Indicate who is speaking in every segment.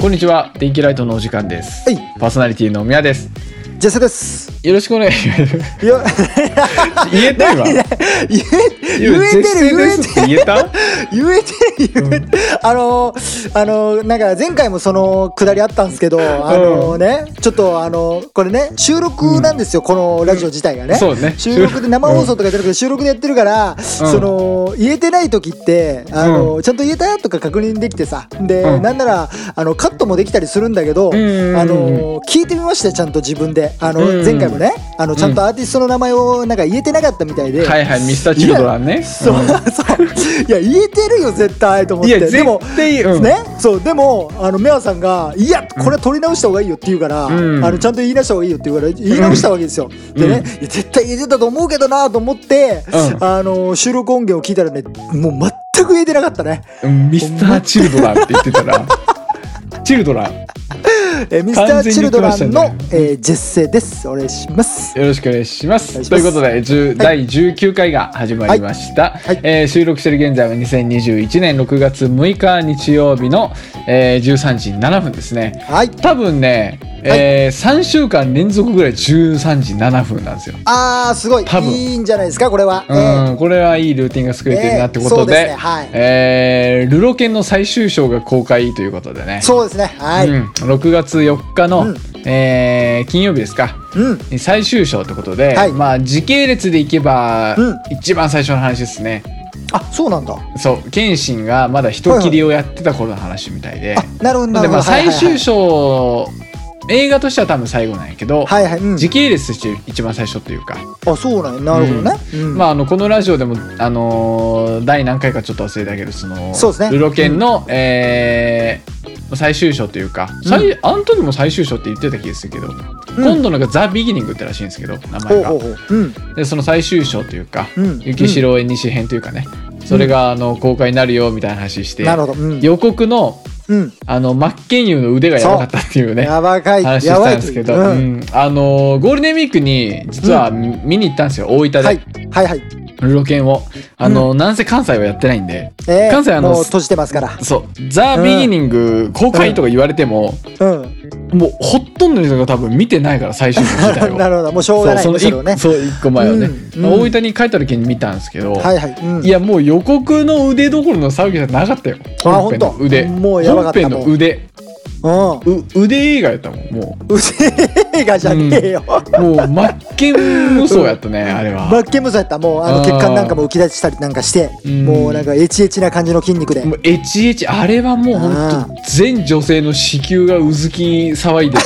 Speaker 1: こんにちは電気ライトのお時間です
Speaker 2: はい
Speaker 1: パーソナリティの宮です
Speaker 2: ジェセです。
Speaker 1: よろしくお願いします
Speaker 2: いや、
Speaker 1: 言えた今
Speaker 2: 言え、言えてる、言えてる。
Speaker 1: てる言えた
Speaker 2: 言えてる言えてる、あのーあのーなんか前回もそのくだりあったんですけどあのーね、ちょっとあのーこれね収録なんですよ、このラジオ自体がね、
Speaker 1: そうね
Speaker 2: 収録で生放送とかじゃなくて収録でやってるから、その言えてない時ってあのー、ちゃんと言えたとか確認できてさで、
Speaker 1: うん
Speaker 2: なんならあのカットもできたりするんだけど、
Speaker 1: んうんうん
Speaker 2: あのー聞いてみましたよちゃんと自分であの、
Speaker 1: うんうん
Speaker 2: 前回もねあのちゃんとアーティストの名前をなんか言えてなかったみたいで、
Speaker 1: はいはいミスターチルドランね
Speaker 2: そう、 そういや言えてるよ絶対と思
Speaker 1: うん
Speaker 2: っ
Speaker 1: いや
Speaker 2: て
Speaker 1: 絶
Speaker 2: でも、
Speaker 1: 対うん
Speaker 2: ねそうでもあのメアさんが「いやこれは取り直した方がいいよ」って言うから、
Speaker 1: うん
Speaker 2: あのちゃんと言い直した方がいいよって言うから言い直したわけですよ、でね、いや絶対言えてたと思うけどなと思って、
Speaker 1: うん
Speaker 2: あの収録音源を聞いたらねもう全く言えてなかったね
Speaker 1: うんミスターチルドランって言ってたらチルドランよ
Speaker 2: えミスタ
Speaker 1: 完
Speaker 2: ー
Speaker 1: 全
Speaker 2: チ
Speaker 1: に言っ
Speaker 2: ル
Speaker 1: て
Speaker 2: ド
Speaker 1: ま
Speaker 2: ラ
Speaker 1: したね
Speaker 2: ンの、えージェッセですお願いします
Speaker 1: ろしくお願いします
Speaker 2: お願いし
Speaker 1: と
Speaker 2: ま
Speaker 1: いう
Speaker 2: す
Speaker 1: ことで、10第19回が始まりました、
Speaker 2: はい
Speaker 1: えー収録している現在は2021年6月6日日曜日の、えー13時7分ですね
Speaker 2: はい
Speaker 1: 多分ね、えー3週間連続ぐらい13時7分なんですよ。
Speaker 2: あーすごい
Speaker 1: 多分
Speaker 2: いいんじゃないですかこれは、え
Speaker 1: う
Speaker 2: ー
Speaker 1: ん、これはいいルーティンが作れてるなってことで、
Speaker 2: ねそうですねはい
Speaker 1: えールロケンの最終章が公開ということでね、
Speaker 2: そうですねはい、
Speaker 1: うん、6月4日の、
Speaker 2: うん
Speaker 1: えー金曜日ですか、
Speaker 2: うん
Speaker 1: 最終章ってことで、
Speaker 2: はい
Speaker 1: まあ時系列でいけば、
Speaker 2: うん
Speaker 1: 一番最初の話ですね。
Speaker 2: あそうなんだ
Speaker 1: そう、謙信がまだ人切りをやってた頃の話みたいで、
Speaker 2: あなるほどな
Speaker 1: で
Speaker 2: るほ
Speaker 1: まあ
Speaker 2: ど
Speaker 1: 最終章、映画としては多分最後なんやけど、
Speaker 2: はいはい、はいはいうん
Speaker 1: 時系列として一番最初というか、
Speaker 2: あそうなんやなるほどね、うん
Speaker 1: まあ、あのこのラジオでも、あのー第何回かちょっと忘れたけどその
Speaker 2: そうですね
Speaker 1: ルロケンの、えー最終章というか、最あの時も最終章って言ってた気がするけど、今度のがザ・ビギニングってらしいんですけど名
Speaker 2: ほ
Speaker 1: 前
Speaker 2: う
Speaker 1: が
Speaker 2: ほうほううん
Speaker 1: でその最終章というか、
Speaker 2: うん
Speaker 1: 雪城縁西編というかね、それがあの公開になるよみたいな話して、
Speaker 2: なるほどうん
Speaker 1: 予告の
Speaker 2: うん
Speaker 1: あの真剣佑の腕がやばかったっていうね
Speaker 2: やばかい
Speaker 1: 話して
Speaker 2: やば
Speaker 1: た
Speaker 2: い
Speaker 1: んですけど、
Speaker 2: というううん
Speaker 1: んあのーゴールデンウィークに実は見に行ったんですよ、大分で、
Speaker 2: はいはいはい
Speaker 1: ルロケンをあのー、なんせ関西はやってないんで
Speaker 2: えー
Speaker 1: 関西あの
Speaker 2: もう閉じてますから
Speaker 1: そう「ザ・ビギニング公開とか言われても、
Speaker 2: うん
Speaker 1: もうほとんどの人が多分見てないから最終章自体を
Speaker 2: なるほどもうしょうがない
Speaker 1: そう
Speaker 2: む
Speaker 1: そ
Speaker 2: し
Speaker 1: の
Speaker 2: ろ
Speaker 1: 一
Speaker 2: ね
Speaker 1: そう一個前をね、
Speaker 2: うんうん
Speaker 1: 大分に帰った時に見たんですけど、
Speaker 2: はいはいうん
Speaker 1: いやもう予告の腕どころの騒ぎじゃなかったよ
Speaker 2: あ
Speaker 1: 本編の腕
Speaker 2: ほんともうやばかった
Speaker 1: 本編の腕
Speaker 2: うん
Speaker 1: う腕映画やったもんも
Speaker 2: うせえがじゃねえよ
Speaker 1: うもう真っ剣無双やったね、あれは
Speaker 2: バッケムソやったらもうあ
Speaker 1: あー
Speaker 2: の血管なんかも浮き出したりなんかして
Speaker 1: うん
Speaker 2: もうなんかエチエチな感じの筋肉で
Speaker 1: もうエチエチあれはもう
Speaker 2: あ
Speaker 1: 本当全女性の子宮がうずき騒いでた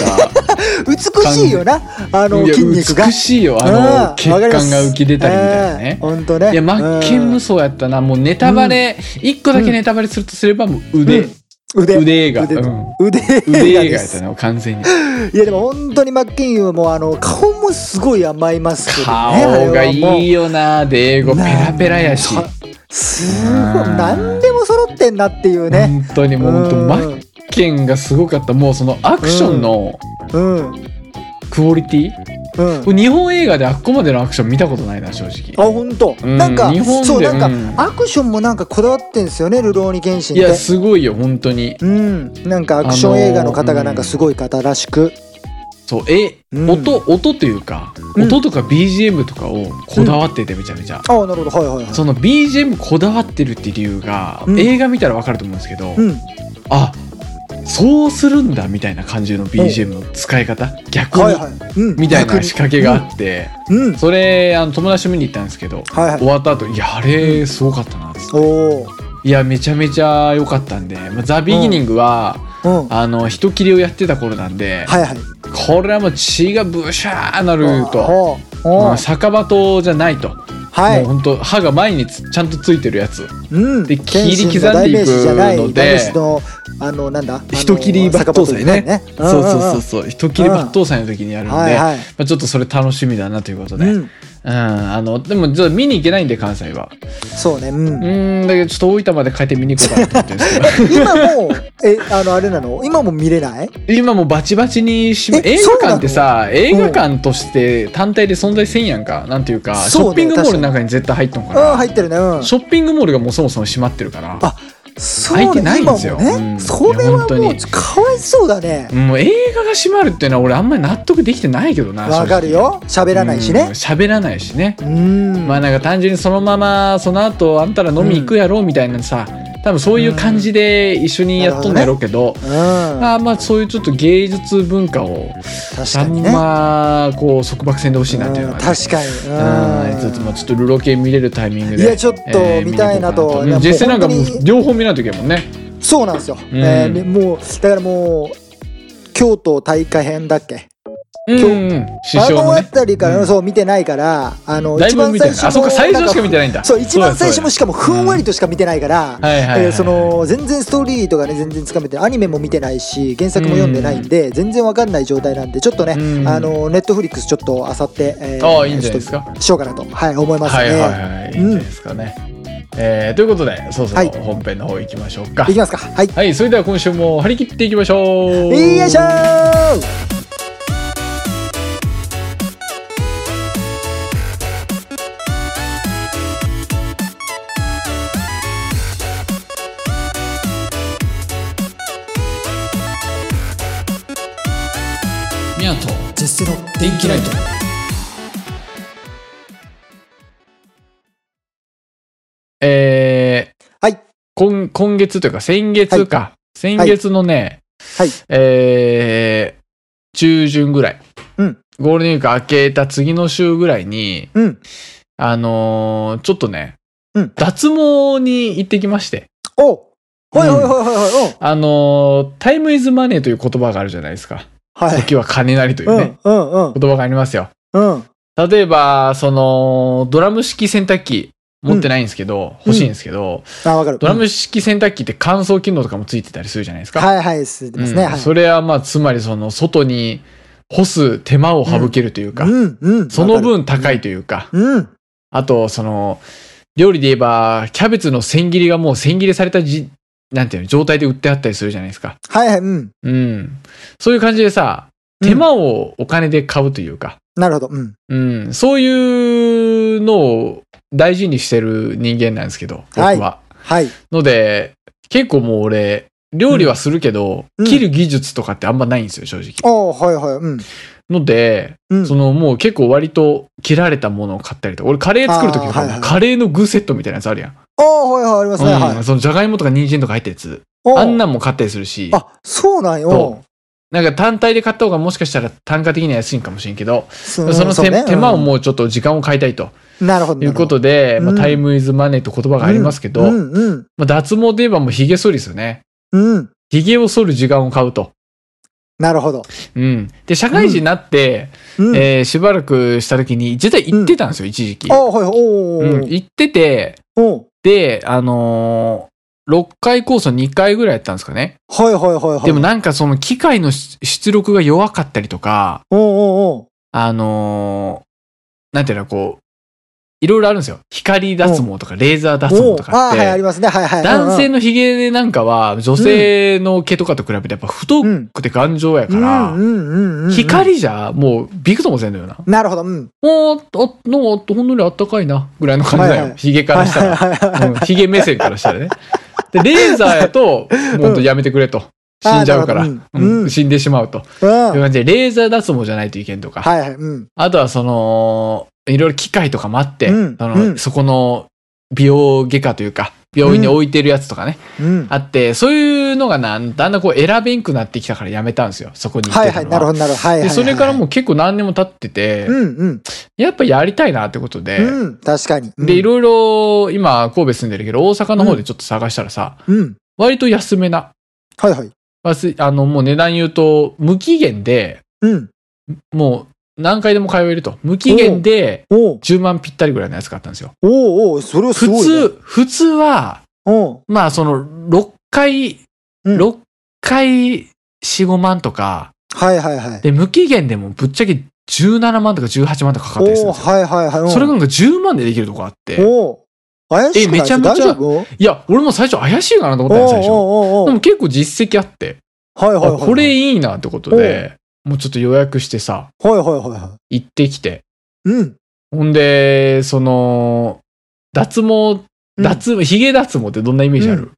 Speaker 2: 美しいよな あの
Speaker 1: いや
Speaker 2: 筋肉が
Speaker 1: 美しいよあの血管が浮き出たりみたいなね
Speaker 2: 本当ね
Speaker 1: いや真っ剣無
Speaker 2: 双
Speaker 1: 双やったなもうネタバレ一個だけネタバレするとすればもう腕、
Speaker 2: うん腕
Speaker 1: 腕映画
Speaker 2: 腕
Speaker 1: うん
Speaker 2: 腕
Speaker 1: 腕
Speaker 2: 映画
Speaker 1: 映
Speaker 2: で
Speaker 1: 画やっ
Speaker 2: す
Speaker 1: たな完全に
Speaker 2: いやでも本当にマッキンユーもあの顔もすごい甘いますけどね
Speaker 1: 顔がいい
Speaker 2: よ
Speaker 1: よなで英語ペラペラやし
Speaker 2: なんすごい
Speaker 1: うん
Speaker 2: 何でも揃ってんなっていうね
Speaker 1: 本当にもう本当
Speaker 2: うん
Speaker 1: マッケンがすごかったもうそのアクションの
Speaker 2: うんうん
Speaker 1: クオリティ、これ日本映画であっこまでのアクション見たことないな正直
Speaker 2: あ本当
Speaker 1: うん
Speaker 2: なんか
Speaker 1: 日本で
Speaker 2: そうなんか
Speaker 1: うん
Speaker 2: アクションもなんかこだわってんですよねルローニケンシン
Speaker 1: い
Speaker 2: って
Speaker 1: やすごいよ本当に
Speaker 2: うんなんかアクション映画の方がなんかすごい方らしく
Speaker 1: そうえ、
Speaker 2: うん
Speaker 1: 音音というか、
Speaker 2: うん
Speaker 1: 音とか BGM とかをこだわっててめちゃめちゃ、
Speaker 2: ああなるほどはいはいはい
Speaker 1: その BGM こだわってるっていう理由が、
Speaker 2: うん
Speaker 1: 映画見たらわかると思うんですけど、
Speaker 2: うん
Speaker 1: あそうするんだみたいな感じの BGM の使い方逆に、
Speaker 2: はいはいうん
Speaker 1: みたいな
Speaker 2: 逆に
Speaker 1: 仕掛けがあって、
Speaker 2: うん
Speaker 1: それあの友達と見に行ったんですけど、
Speaker 2: はいはい
Speaker 1: 終わった後いやあれすごかったなっつって
Speaker 2: お
Speaker 1: いやめちゃめちゃ良かったんで「まあ、ザ・ビギニングは、
Speaker 2: おうんは
Speaker 1: あの人切りをやってた頃なんで、
Speaker 2: いはい
Speaker 1: これはもう血がブシャーなると、
Speaker 2: おうおう
Speaker 1: うん酒場刀じゃないと、
Speaker 2: は
Speaker 1: も
Speaker 2: いう
Speaker 1: 本当歯が前につちゃんとついてるやつ
Speaker 2: うん、
Speaker 1: で切り刻んでいく
Speaker 2: 謙信の代名詞じゃない
Speaker 1: ので
Speaker 2: 代名詞のあのなんだ
Speaker 1: 人切り抜刀斎ね
Speaker 2: そう
Speaker 1: そうそう
Speaker 2: そ
Speaker 1: そううそう人切り抜刀斎の時にやるんで、
Speaker 2: はいはい
Speaker 1: まあ、ちょっとそれ楽しみだなということで、
Speaker 2: う
Speaker 1: うん
Speaker 2: ん、
Speaker 1: あのでもちょっと見に行けないんで関西は
Speaker 2: そうね、うん
Speaker 1: う、んだけどちょっと大分まで帰って見に行こうかなと思ってるんですけ
Speaker 2: 今もうえあのあれなの今も見れない
Speaker 1: ど今もうバチバチにしま
Speaker 2: え
Speaker 1: 映画館ってさ映画館として単体で存在せんやんかなんていうかシ
Speaker 2: そう
Speaker 1: ョ
Speaker 2: ね
Speaker 1: ッピングモールの中に絶対入っとんか
Speaker 2: うん
Speaker 1: ら、
Speaker 2: 入ってるねうん
Speaker 1: ショッピングモールがもうそもそも閉まってるから
Speaker 2: あそう
Speaker 1: 開いてないんですよ
Speaker 2: 今も
Speaker 1: う
Speaker 2: ね
Speaker 1: ん
Speaker 2: それはも
Speaker 1: いや
Speaker 2: う
Speaker 1: 本当
Speaker 2: かわいそうだね
Speaker 1: もう映画が閉まるっていうのは俺あんまり納得できてないけどな
Speaker 2: わかるよ喋
Speaker 1: 喋
Speaker 2: らないしね
Speaker 1: 喋らないしね
Speaker 2: うん
Speaker 1: まあなんか単純にそのままその後あんたら飲み行くやろうみたいなさ、多分そういう感じで一緒にやっとんのやろうけど、
Speaker 2: うん
Speaker 1: あーまあそういうちょっと芸術文化を
Speaker 2: 確
Speaker 1: あ
Speaker 2: か
Speaker 1: ん
Speaker 2: にね
Speaker 1: まこう束縛せんでほしいなっていうの
Speaker 2: う
Speaker 1: は、
Speaker 2: ん
Speaker 1: ね
Speaker 2: 確かに
Speaker 1: うんちょっとまあちょっとルロケン見れるタイミングで
Speaker 2: いやちょっと見たいなと
Speaker 1: 見に行こうかなうん実際なんかも
Speaker 2: も
Speaker 1: う
Speaker 2: う本当に
Speaker 1: 両方見ないといけないもんね
Speaker 2: そうなんですよ、
Speaker 1: うん
Speaker 2: えーでもうだからもう京都大会編だっけ
Speaker 1: うん
Speaker 2: 日
Speaker 1: うん師
Speaker 2: あ
Speaker 1: 匠
Speaker 2: の
Speaker 1: もね
Speaker 2: 辺りから、
Speaker 1: うん
Speaker 2: そう見てないからあの
Speaker 1: だい
Speaker 2: 一
Speaker 1: ぶ
Speaker 2: 番
Speaker 1: 見て
Speaker 2: 最
Speaker 1: ない
Speaker 2: 初
Speaker 1: あそっか最初しか見て
Speaker 2: ない
Speaker 1: ないんだ
Speaker 2: そう一番最初も
Speaker 1: そ
Speaker 2: しかもふんわりとしか見てないから、
Speaker 1: うだはいはいはい、
Speaker 2: えーその全然ストーリーとかね全然つかめてないアニメも見てないし原作も読んでないんで、全然わかんない状態なんでちょっとね、
Speaker 1: うん
Speaker 2: あのネットフリックスちょっとあさって、え
Speaker 1: あーいいんじゃないですか
Speaker 2: ちょっとしようかなと、はい、思います
Speaker 1: は
Speaker 2: ね、
Speaker 1: いはいはい、いいんじゃないですかね、えーということでそろそ
Speaker 2: は
Speaker 1: ろ
Speaker 2: い
Speaker 1: 本編の方行きましょうか
Speaker 2: いきますかはい、
Speaker 1: はいそれでは今週も張り切っていきましょう
Speaker 2: よいしょー
Speaker 1: みやと
Speaker 2: 絶世の
Speaker 1: 電気ライトえー、
Speaker 2: はい
Speaker 1: 今今月というか先月か、先月のね、
Speaker 2: はい
Speaker 1: えー中旬ぐらい、
Speaker 2: うん
Speaker 1: ゴールデンウィーク明けた次の週ぐらいに
Speaker 2: うん
Speaker 1: あのーちょっとね、
Speaker 2: うん
Speaker 1: 脱毛に行ってきまして
Speaker 2: おうほいほいほいほいほいおう
Speaker 1: あのータイムイズマネーという言葉があるじゃないですか
Speaker 2: はい
Speaker 1: 時は金なりといううんね、
Speaker 2: うんうん
Speaker 1: 言葉がありますよ
Speaker 2: うん
Speaker 1: 例えば、その、ドラム式洗濯機持ってないんですけど、欲しいんですけど、
Speaker 2: あわかる
Speaker 1: ドラム式洗濯機って乾燥機能とかもついてたりするじゃないですか。
Speaker 2: はいはいすいてますね、
Speaker 1: うん
Speaker 2: はい
Speaker 1: それはまあ、つまりその、外に干す手間を省けるというか、
Speaker 2: うんうん
Speaker 1: その分
Speaker 2: わか
Speaker 1: 高
Speaker 2: る
Speaker 1: いというか、
Speaker 2: うん
Speaker 1: あと、その、料理で言えば、キャベツの千切りがもう千切りされたじ、なんていうの、状態で売ってあったりするじゃないですか。
Speaker 2: はいはいうん
Speaker 1: うん。そういう感じでさ、手間をお金で買うというか、
Speaker 2: なるほどうん
Speaker 1: うん、そういうのを大事にしてる人間なんですけど、僕は。
Speaker 2: はいはい
Speaker 1: ので、結構もう俺、料理はするけど、
Speaker 2: うん
Speaker 1: 切る技術とかってあんまないんですよ、正直。
Speaker 2: おうはいはいうん
Speaker 1: ので、
Speaker 2: うん
Speaker 1: そのもう結構割と切られたものを買ったりとか、俺カレー作るときとか
Speaker 2: あーはい
Speaker 1: も
Speaker 2: は
Speaker 1: う
Speaker 2: い
Speaker 1: カレーの具セットみたいなやつあるやん。
Speaker 2: おうはいはいありますね、は
Speaker 1: うん
Speaker 2: い
Speaker 1: そのじゃがいもとか人参とか入ったやつ。
Speaker 2: おう
Speaker 1: あんなんも買ったりするし、
Speaker 2: あそうなんよ
Speaker 1: そなんか単体で買った方がもしかしたら単価的には安いんかもしれんけど、
Speaker 2: そ
Speaker 1: その手,、手間を
Speaker 2: う
Speaker 1: もうちょっと時間を買いたいと。
Speaker 2: んなるほど
Speaker 1: ということ
Speaker 2: で
Speaker 1: で、まあ
Speaker 2: うん
Speaker 1: タイムイズマネーと言葉がありますけど、
Speaker 2: うんうん
Speaker 1: まあ、脱毛で言えばもう髭剃りですよね。
Speaker 2: うんうん
Speaker 1: 髭を剃る時間を買うと。
Speaker 2: なるほど
Speaker 1: うん。で、社会人になって、
Speaker 2: うん
Speaker 1: えーしばらくした時に、実は行ってたんですよ、一時期。
Speaker 2: おうはいはいおう
Speaker 1: うん、行ってて、
Speaker 2: おう
Speaker 1: で、あのー、6回コースを2回ぐらいやったんですかね。
Speaker 2: はいはいはいはい
Speaker 1: でもなんかその機械のし出力が弱かったりとか、
Speaker 2: おうおうおう
Speaker 1: あのーなんていうの、こう、いろいろあるんですよ。光脱毛とか、レーザー脱毛とかっ
Speaker 2: おうあーはいあ
Speaker 1: て
Speaker 2: り。ますねはいはい
Speaker 1: 男性
Speaker 2: の
Speaker 1: のヒゲなんかは女性の毛とかと比べてやっぱ太くて頑丈やから、光じゃもうびくともせんのよな。
Speaker 2: なるほどうん
Speaker 1: おーっと、あなんかほんのりあったかいなぐらいの感じだ
Speaker 2: はいは
Speaker 1: よ。
Speaker 2: い
Speaker 1: ヒゲからしたら。
Speaker 2: はいはいはい
Speaker 1: うんヒゲ目線からしたらね。で、レーザーやと、もうほんとやめてくれと。死んじゃうから
Speaker 2: あーなるほ。どうん
Speaker 1: うん死んでしまうと。
Speaker 2: うん
Speaker 1: いう感じで、レーザー脱毛じゃないといけんとか。
Speaker 2: はいはいうん
Speaker 1: あとはその、いろいろ機械とかもあって、
Speaker 2: うん
Speaker 1: そうの
Speaker 2: ん
Speaker 1: そこの美容外科というか、病院に置いてるやつとかね。
Speaker 2: うん
Speaker 1: あって、そういうのがなんだんだんこう選べんくなってきたからやめたんですよ、そこに行っ
Speaker 2: は
Speaker 1: て
Speaker 2: いは
Speaker 1: た
Speaker 2: い
Speaker 1: の
Speaker 2: なる
Speaker 1: は。
Speaker 2: ほどなるほどはいはい
Speaker 1: で、それからも
Speaker 2: う
Speaker 1: う結構何年も経ってて、
Speaker 2: うんうん
Speaker 1: やっぱやりたいなってことで、
Speaker 2: うん確かにうん
Speaker 1: で、いろいろ今神戸住んでるけど、大阪の方でちょっと探したらさ、
Speaker 2: うん
Speaker 1: 割と安めな。
Speaker 2: はいはい
Speaker 1: わすあの、もう値段言うと、無期限で、
Speaker 2: うん
Speaker 1: もう何回でも通えると。無期限で
Speaker 2: おう
Speaker 1: 10万ぴったりぐらいのやつ買ったんですよ。
Speaker 2: おうおうそれはす
Speaker 1: 普
Speaker 2: ごいね
Speaker 1: 通、普通は、
Speaker 2: おう
Speaker 1: まあその6回、
Speaker 2: うん
Speaker 1: 6回4、5万とか、
Speaker 2: はいはいはい
Speaker 1: で、無期限でもぶっちゃけ17万とか18万とかかかったりする
Speaker 2: お
Speaker 1: ん
Speaker 2: ー
Speaker 1: ですよ。
Speaker 2: はいはいはいうん
Speaker 1: それがなんか10万でできるとこあって。
Speaker 2: おー怪しくない
Speaker 1: えめちゃめちゃ
Speaker 2: 大丈夫おー
Speaker 1: いや、俺も最初怪しいかなと思ったん最初。
Speaker 2: おーおーおー
Speaker 1: でも結構実績あって、
Speaker 2: はいはいはい
Speaker 1: あこれいいなってことで、もうちょっと予約してさ、
Speaker 2: はいはいはいは
Speaker 1: 行ってきて。
Speaker 2: いうん
Speaker 1: ほんで、その、脱毛、脱毛、髭脱毛ってどんなイメージある、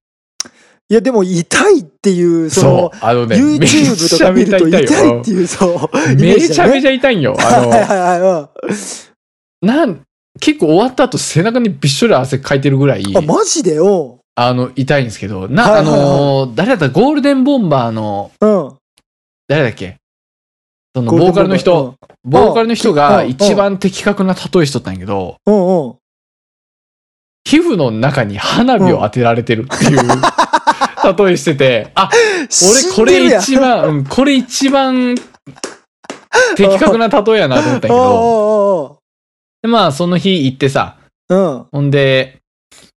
Speaker 2: いやでも痛いっていうそ
Speaker 1: そ
Speaker 2: の
Speaker 1: う、あのね、めち
Speaker 2: YouTube と
Speaker 1: ゃ
Speaker 2: か
Speaker 1: め
Speaker 2: 見
Speaker 1: ちゃ
Speaker 2: ると痛
Speaker 1: 痛い
Speaker 2: いっ
Speaker 1: よ
Speaker 2: て。いうそうイメー
Speaker 1: め
Speaker 2: ジ
Speaker 1: ちゃ
Speaker 2: だね
Speaker 1: めちゃ痛いんよ。あ
Speaker 2: はい
Speaker 1: の、
Speaker 2: はいは
Speaker 1: なん、結構終わった後背中にびっしょり汗かいてるぐらい
Speaker 2: い、うんあマジでよ
Speaker 1: あの、痛いんですけど、な、
Speaker 2: は
Speaker 1: あ
Speaker 2: いはいはい
Speaker 1: のー、誰だったゴールデンボンバーの、
Speaker 2: うん
Speaker 1: 誰だっけその、ボーカルの人、ボーカルの人が
Speaker 2: うん
Speaker 1: 一番的確な例えしとったんやけど、
Speaker 2: うんうんうん
Speaker 1: 皮膚の中に花火を当てられてる っていう、例えしてて、あ、俺
Speaker 2: 死
Speaker 1: こ
Speaker 2: んでる
Speaker 1: れ
Speaker 2: やん
Speaker 1: 一番、うんこれ一番、的確な例えやなと思ったんやけど、
Speaker 2: お
Speaker 1: でまあその日行ってさ、
Speaker 2: うおうおううん
Speaker 1: ほんで、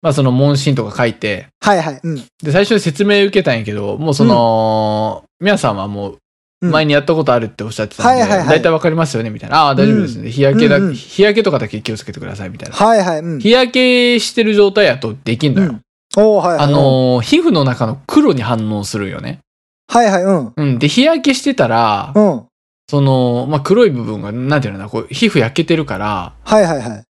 Speaker 1: まあその問診とか書いて、
Speaker 2: はいはいうん
Speaker 1: で、最初に説明受けたんやけど、もうその、皆さんはもう
Speaker 2: うん
Speaker 1: 前にやったことあるっておっしゃってたんで、
Speaker 2: はいはいはい
Speaker 1: 大体わかりますよねみたいな。ああ、大丈夫ですね。日焼けだ、
Speaker 2: うんうん
Speaker 1: 日焼けとかだけ気をつけてくださいみたいな。
Speaker 2: はいはいうん
Speaker 1: 日焼けしてる状態やとできんのよ。
Speaker 2: うんおうはいはい
Speaker 1: あのー皮膚の中の黒に反応するよね。
Speaker 2: はいはいうん
Speaker 1: うん。で、日焼けしてたら、
Speaker 2: うん
Speaker 1: その、まあ、黒い部分が、なんていうのかな、こう、皮膚焼けてるから、
Speaker 2: はいはいはい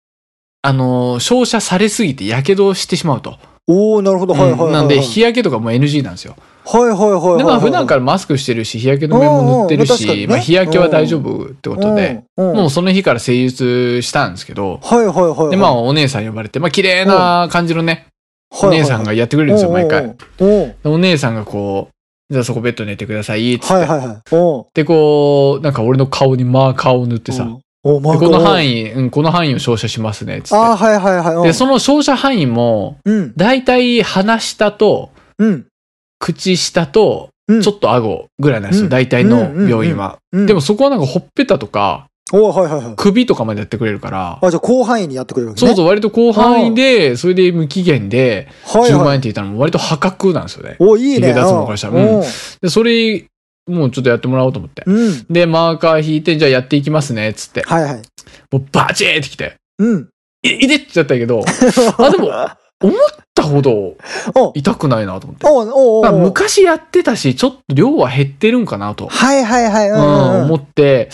Speaker 1: あのー照射されすぎて火傷してしまうと。
Speaker 2: おおなるほどはいはいはい
Speaker 1: うん
Speaker 2: はい
Speaker 1: なんで、日焼けとかも NG なんですよ。
Speaker 2: はいはいはいはい
Speaker 1: で、まあ、普段からマスクしてるし、日焼け止めも塗ってる
Speaker 2: うんうんまあ確かに
Speaker 1: し、
Speaker 2: ね
Speaker 1: まあ、日焼けは大丈夫ってことで、
Speaker 2: うんうん
Speaker 1: もうその日から施術したんですけど、
Speaker 2: はいはいはいはい
Speaker 1: で、まあ、お姉さん呼ばれて、まあ、綺麗な感じのね、お姉さんがやってくれるんですよ、毎回。で
Speaker 2: おうおう
Speaker 1: お姉さんがこう、じゃあそこベッド寝てください、つって。
Speaker 2: はいはいはいおう
Speaker 1: で、こう、なんか俺の顔にマーカーを塗ってさ、
Speaker 2: うんおう
Speaker 1: で
Speaker 2: マーク
Speaker 1: この範
Speaker 2: 囲
Speaker 1: 囲、うん、この範囲を照射しますね、つ
Speaker 2: あ
Speaker 1: っ
Speaker 2: あはいはいはい
Speaker 1: て。
Speaker 2: うん
Speaker 1: で、その照射範囲も、
Speaker 2: うん
Speaker 1: だいたい鼻下と、
Speaker 2: うん
Speaker 1: 口下と、
Speaker 2: うん
Speaker 1: ちょっと顎ぐらいなんです
Speaker 2: う
Speaker 1: よ、
Speaker 2: ん
Speaker 1: 大体の病院は。
Speaker 2: うん
Speaker 1: でもそこはなんかほっぺたとか、
Speaker 2: おうはいはいはい
Speaker 1: 首とかまでやってくれるから、
Speaker 2: あじゃあ広範囲にやってくれるわけね
Speaker 1: そうそう、割と広範囲で、それで無期限で、
Speaker 2: はい
Speaker 1: 10
Speaker 2: はい
Speaker 1: 万円って言ったらもう割と破格なんですよね。
Speaker 2: おいいね。
Speaker 1: ヒゲ脱毛からしたら
Speaker 2: う
Speaker 1: うん
Speaker 2: ん
Speaker 1: で、それ、もうちょっとやってもらおうと思って。
Speaker 2: うん。
Speaker 1: で、マーカー引いて、じゃあやっていきますね、つって。
Speaker 2: はいはい。
Speaker 1: もうバチーってきて、
Speaker 2: うん。
Speaker 1: い、いでっちゃったんやけ ど、あ、でも、思ったほど
Speaker 2: おう
Speaker 1: 痛くないなと思って。
Speaker 2: おうおう
Speaker 1: まあ
Speaker 2: おう
Speaker 1: 昔やってたし、ちょっと量は減ってるんかなと、
Speaker 2: はいはいはい。
Speaker 1: う
Speaker 2: うんんうんうん。
Speaker 1: 思って、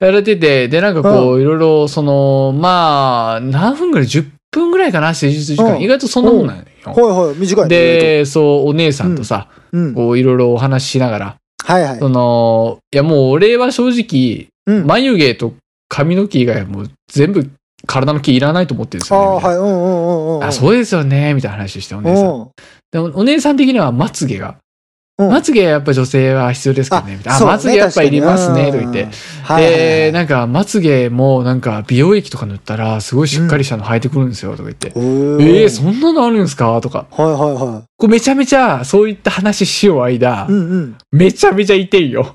Speaker 1: やれてて、で、なんかこう、いろいろ、その、まあ、何分ぐらい ?10 分ぐらいかな施術時
Speaker 2: う
Speaker 1: 間。
Speaker 2: ん
Speaker 1: 意外とそんなもんなんよ。
Speaker 2: はいはい。短いね。意
Speaker 1: で、そう、お姉さんとさ、
Speaker 2: 外と、うん。
Speaker 1: こう、いろいろお話ししながら、
Speaker 2: はいはい。
Speaker 1: その、いや、もう俺は正直、
Speaker 2: うん。あ
Speaker 1: 眉毛と髪の毛以外はもう全部体の毛いらないと思ってるんです
Speaker 2: あ
Speaker 1: よ、ね。み
Speaker 2: ー、
Speaker 1: たい
Speaker 2: はい。うんうんうんうん。
Speaker 1: なあ、そうですよね、みたいな話して、お姉さん。でも、お姉さん的にはまつげが。
Speaker 2: うん
Speaker 1: まつげはやっぱ女性は必要ですかねみたいな。あ、
Speaker 2: そうね
Speaker 1: まつげやっぱいりますね、と
Speaker 2: 確か
Speaker 1: 言っ
Speaker 2: に
Speaker 1: て。
Speaker 2: うんはいはいは
Speaker 1: で、
Speaker 2: い。
Speaker 1: なんか、まつげも、なんか、美容液とか塗ったら、すごいしっかりしたの生えてくるんですよ、とか言って。え
Speaker 2: え
Speaker 1: ー、そんなのあるんですかとか。
Speaker 2: はいはいは
Speaker 1: こうめちゃめちゃ、そういった話しよう間
Speaker 2: い。う、んうん。
Speaker 1: めちゃめちゃ痛い よ。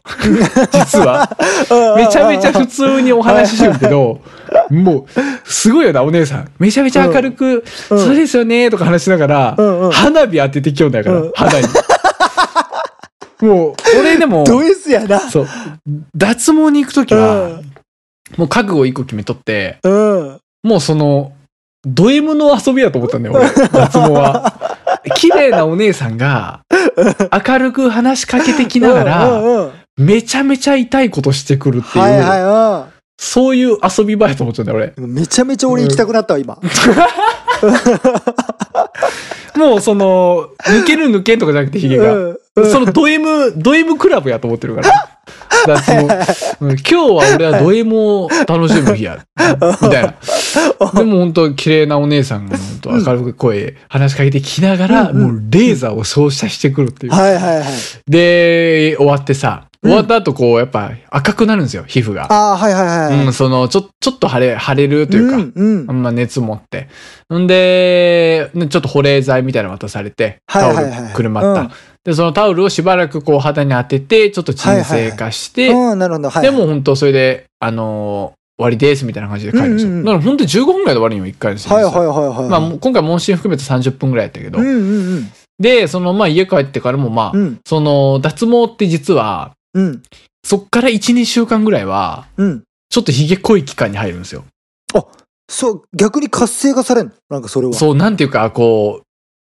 Speaker 1: 実は。 めちゃめちゃ普通にお話ししてるけど、もう、すごいよな、お姉さん。めちゃめちゃ明るく、
Speaker 2: うん
Speaker 1: そうですよね、とか話しながら、
Speaker 2: うん うん
Speaker 1: 花火当ててきようんだから、
Speaker 2: うん
Speaker 1: 肌に。もう、俺で も、
Speaker 2: ド S やな。
Speaker 1: そう、脱毛に行くとき
Speaker 2: う
Speaker 1: は、
Speaker 2: ん。
Speaker 1: もう覚悟一個決めとって、
Speaker 2: うん。
Speaker 1: もうその、ド M の遊びやと思ったんだよ、俺。脱毛 は。綺麗なお姉さんが、明るく話しかけてきなが
Speaker 2: うん
Speaker 1: ら、
Speaker 2: うんうん
Speaker 1: めちゃめちゃ痛いことしてくるっていう、
Speaker 2: はいは
Speaker 1: そういう遊び場やと思ったんだよ、俺。
Speaker 2: いうん。めちゃめちゃ俺行きたくなったわ、今。
Speaker 1: もうその、抜ける抜けんとかじゃなくて、ヒゲが。
Speaker 2: うんうん
Speaker 1: そのド M、ド M クラブやと思ってる から。だからそのうん今日は俺はド M を楽しむ日や。み たいな。でも本当綺麗なお姉さんが本当明るく声、話しかけてきながら、
Speaker 2: うんうん
Speaker 1: もうレーザーを照射してくるっていう。
Speaker 2: はいはいはい。
Speaker 1: で、終わってさ、
Speaker 2: うん
Speaker 1: 終わった後こう、やっぱ赤くなるんですよ、皮膚が。
Speaker 2: ああ、はいはいはいはい。
Speaker 1: うん、その、ちょ、ちょっと腫れ、腫れるというか、
Speaker 2: うんうん
Speaker 1: あんま熱持って。んで、ねちょっと保冷剤みたいなの渡されて、
Speaker 2: はい
Speaker 1: タ
Speaker 2: はい
Speaker 1: オ
Speaker 2: はい
Speaker 1: ルくるまった、
Speaker 2: うん
Speaker 1: で、そのタオルをしばらくこう肌に当てて、ちょっと鎮静化して、
Speaker 2: うん、なるほど。はい。
Speaker 1: でも、本当それで、あのー終わりですみたいな感じで帰るんですよ。
Speaker 2: うんうんうん
Speaker 1: だから本当に15分ぐらいで終わりよ、1回の施術
Speaker 2: はいはいはいはい。
Speaker 1: まあ、もう今回問診含めて30分ぐらいやったけど、
Speaker 2: うんうんうん。
Speaker 1: で、そのまあ家帰ってからもまあ、
Speaker 2: うん
Speaker 1: その脱毛って実は、
Speaker 2: うん
Speaker 1: そっから1、2週間ぐらいは、
Speaker 2: うん。
Speaker 1: ちょっと髭濃い期間に入るんですよ。
Speaker 2: そう、逆に活性化されんのなんかそれは。
Speaker 1: そう、なんていうか、こ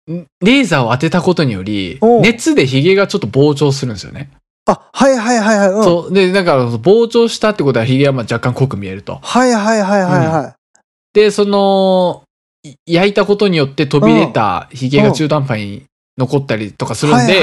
Speaker 1: う、んレーザーを当てたことにより
Speaker 2: お、う
Speaker 1: 熱でヒゲがちょっと膨張するんですよね。
Speaker 2: あ、はいはいはいはい。うん。
Speaker 1: そう。で、だから、膨張したってことはヒゲはまあ若干濃く見えると。
Speaker 2: はいはいはいはいは
Speaker 1: で、その、い焼いたことによって飛び出たヒゲが中途半端に残ったりとかするんで、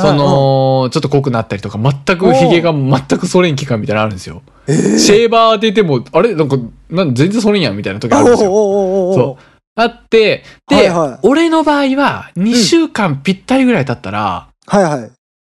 Speaker 1: そ
Speaker 2: の、
Speaker 1: の、ちょっと濃くなったりとか、全くヒゲが全くソ連期間みたいなのあるんですよ。シェーバー当てても、あれなんか、なん全然ソ連やんみたいな時あるんですよ。
Speaker 2: おうおうおうおうおう
Speaker 1: そあって、で、
Speaker 2: はいはい
Speaker 1: 俺の場合は、2週間ぴったりぐらい経ったら、
Speaker 2: はいはい。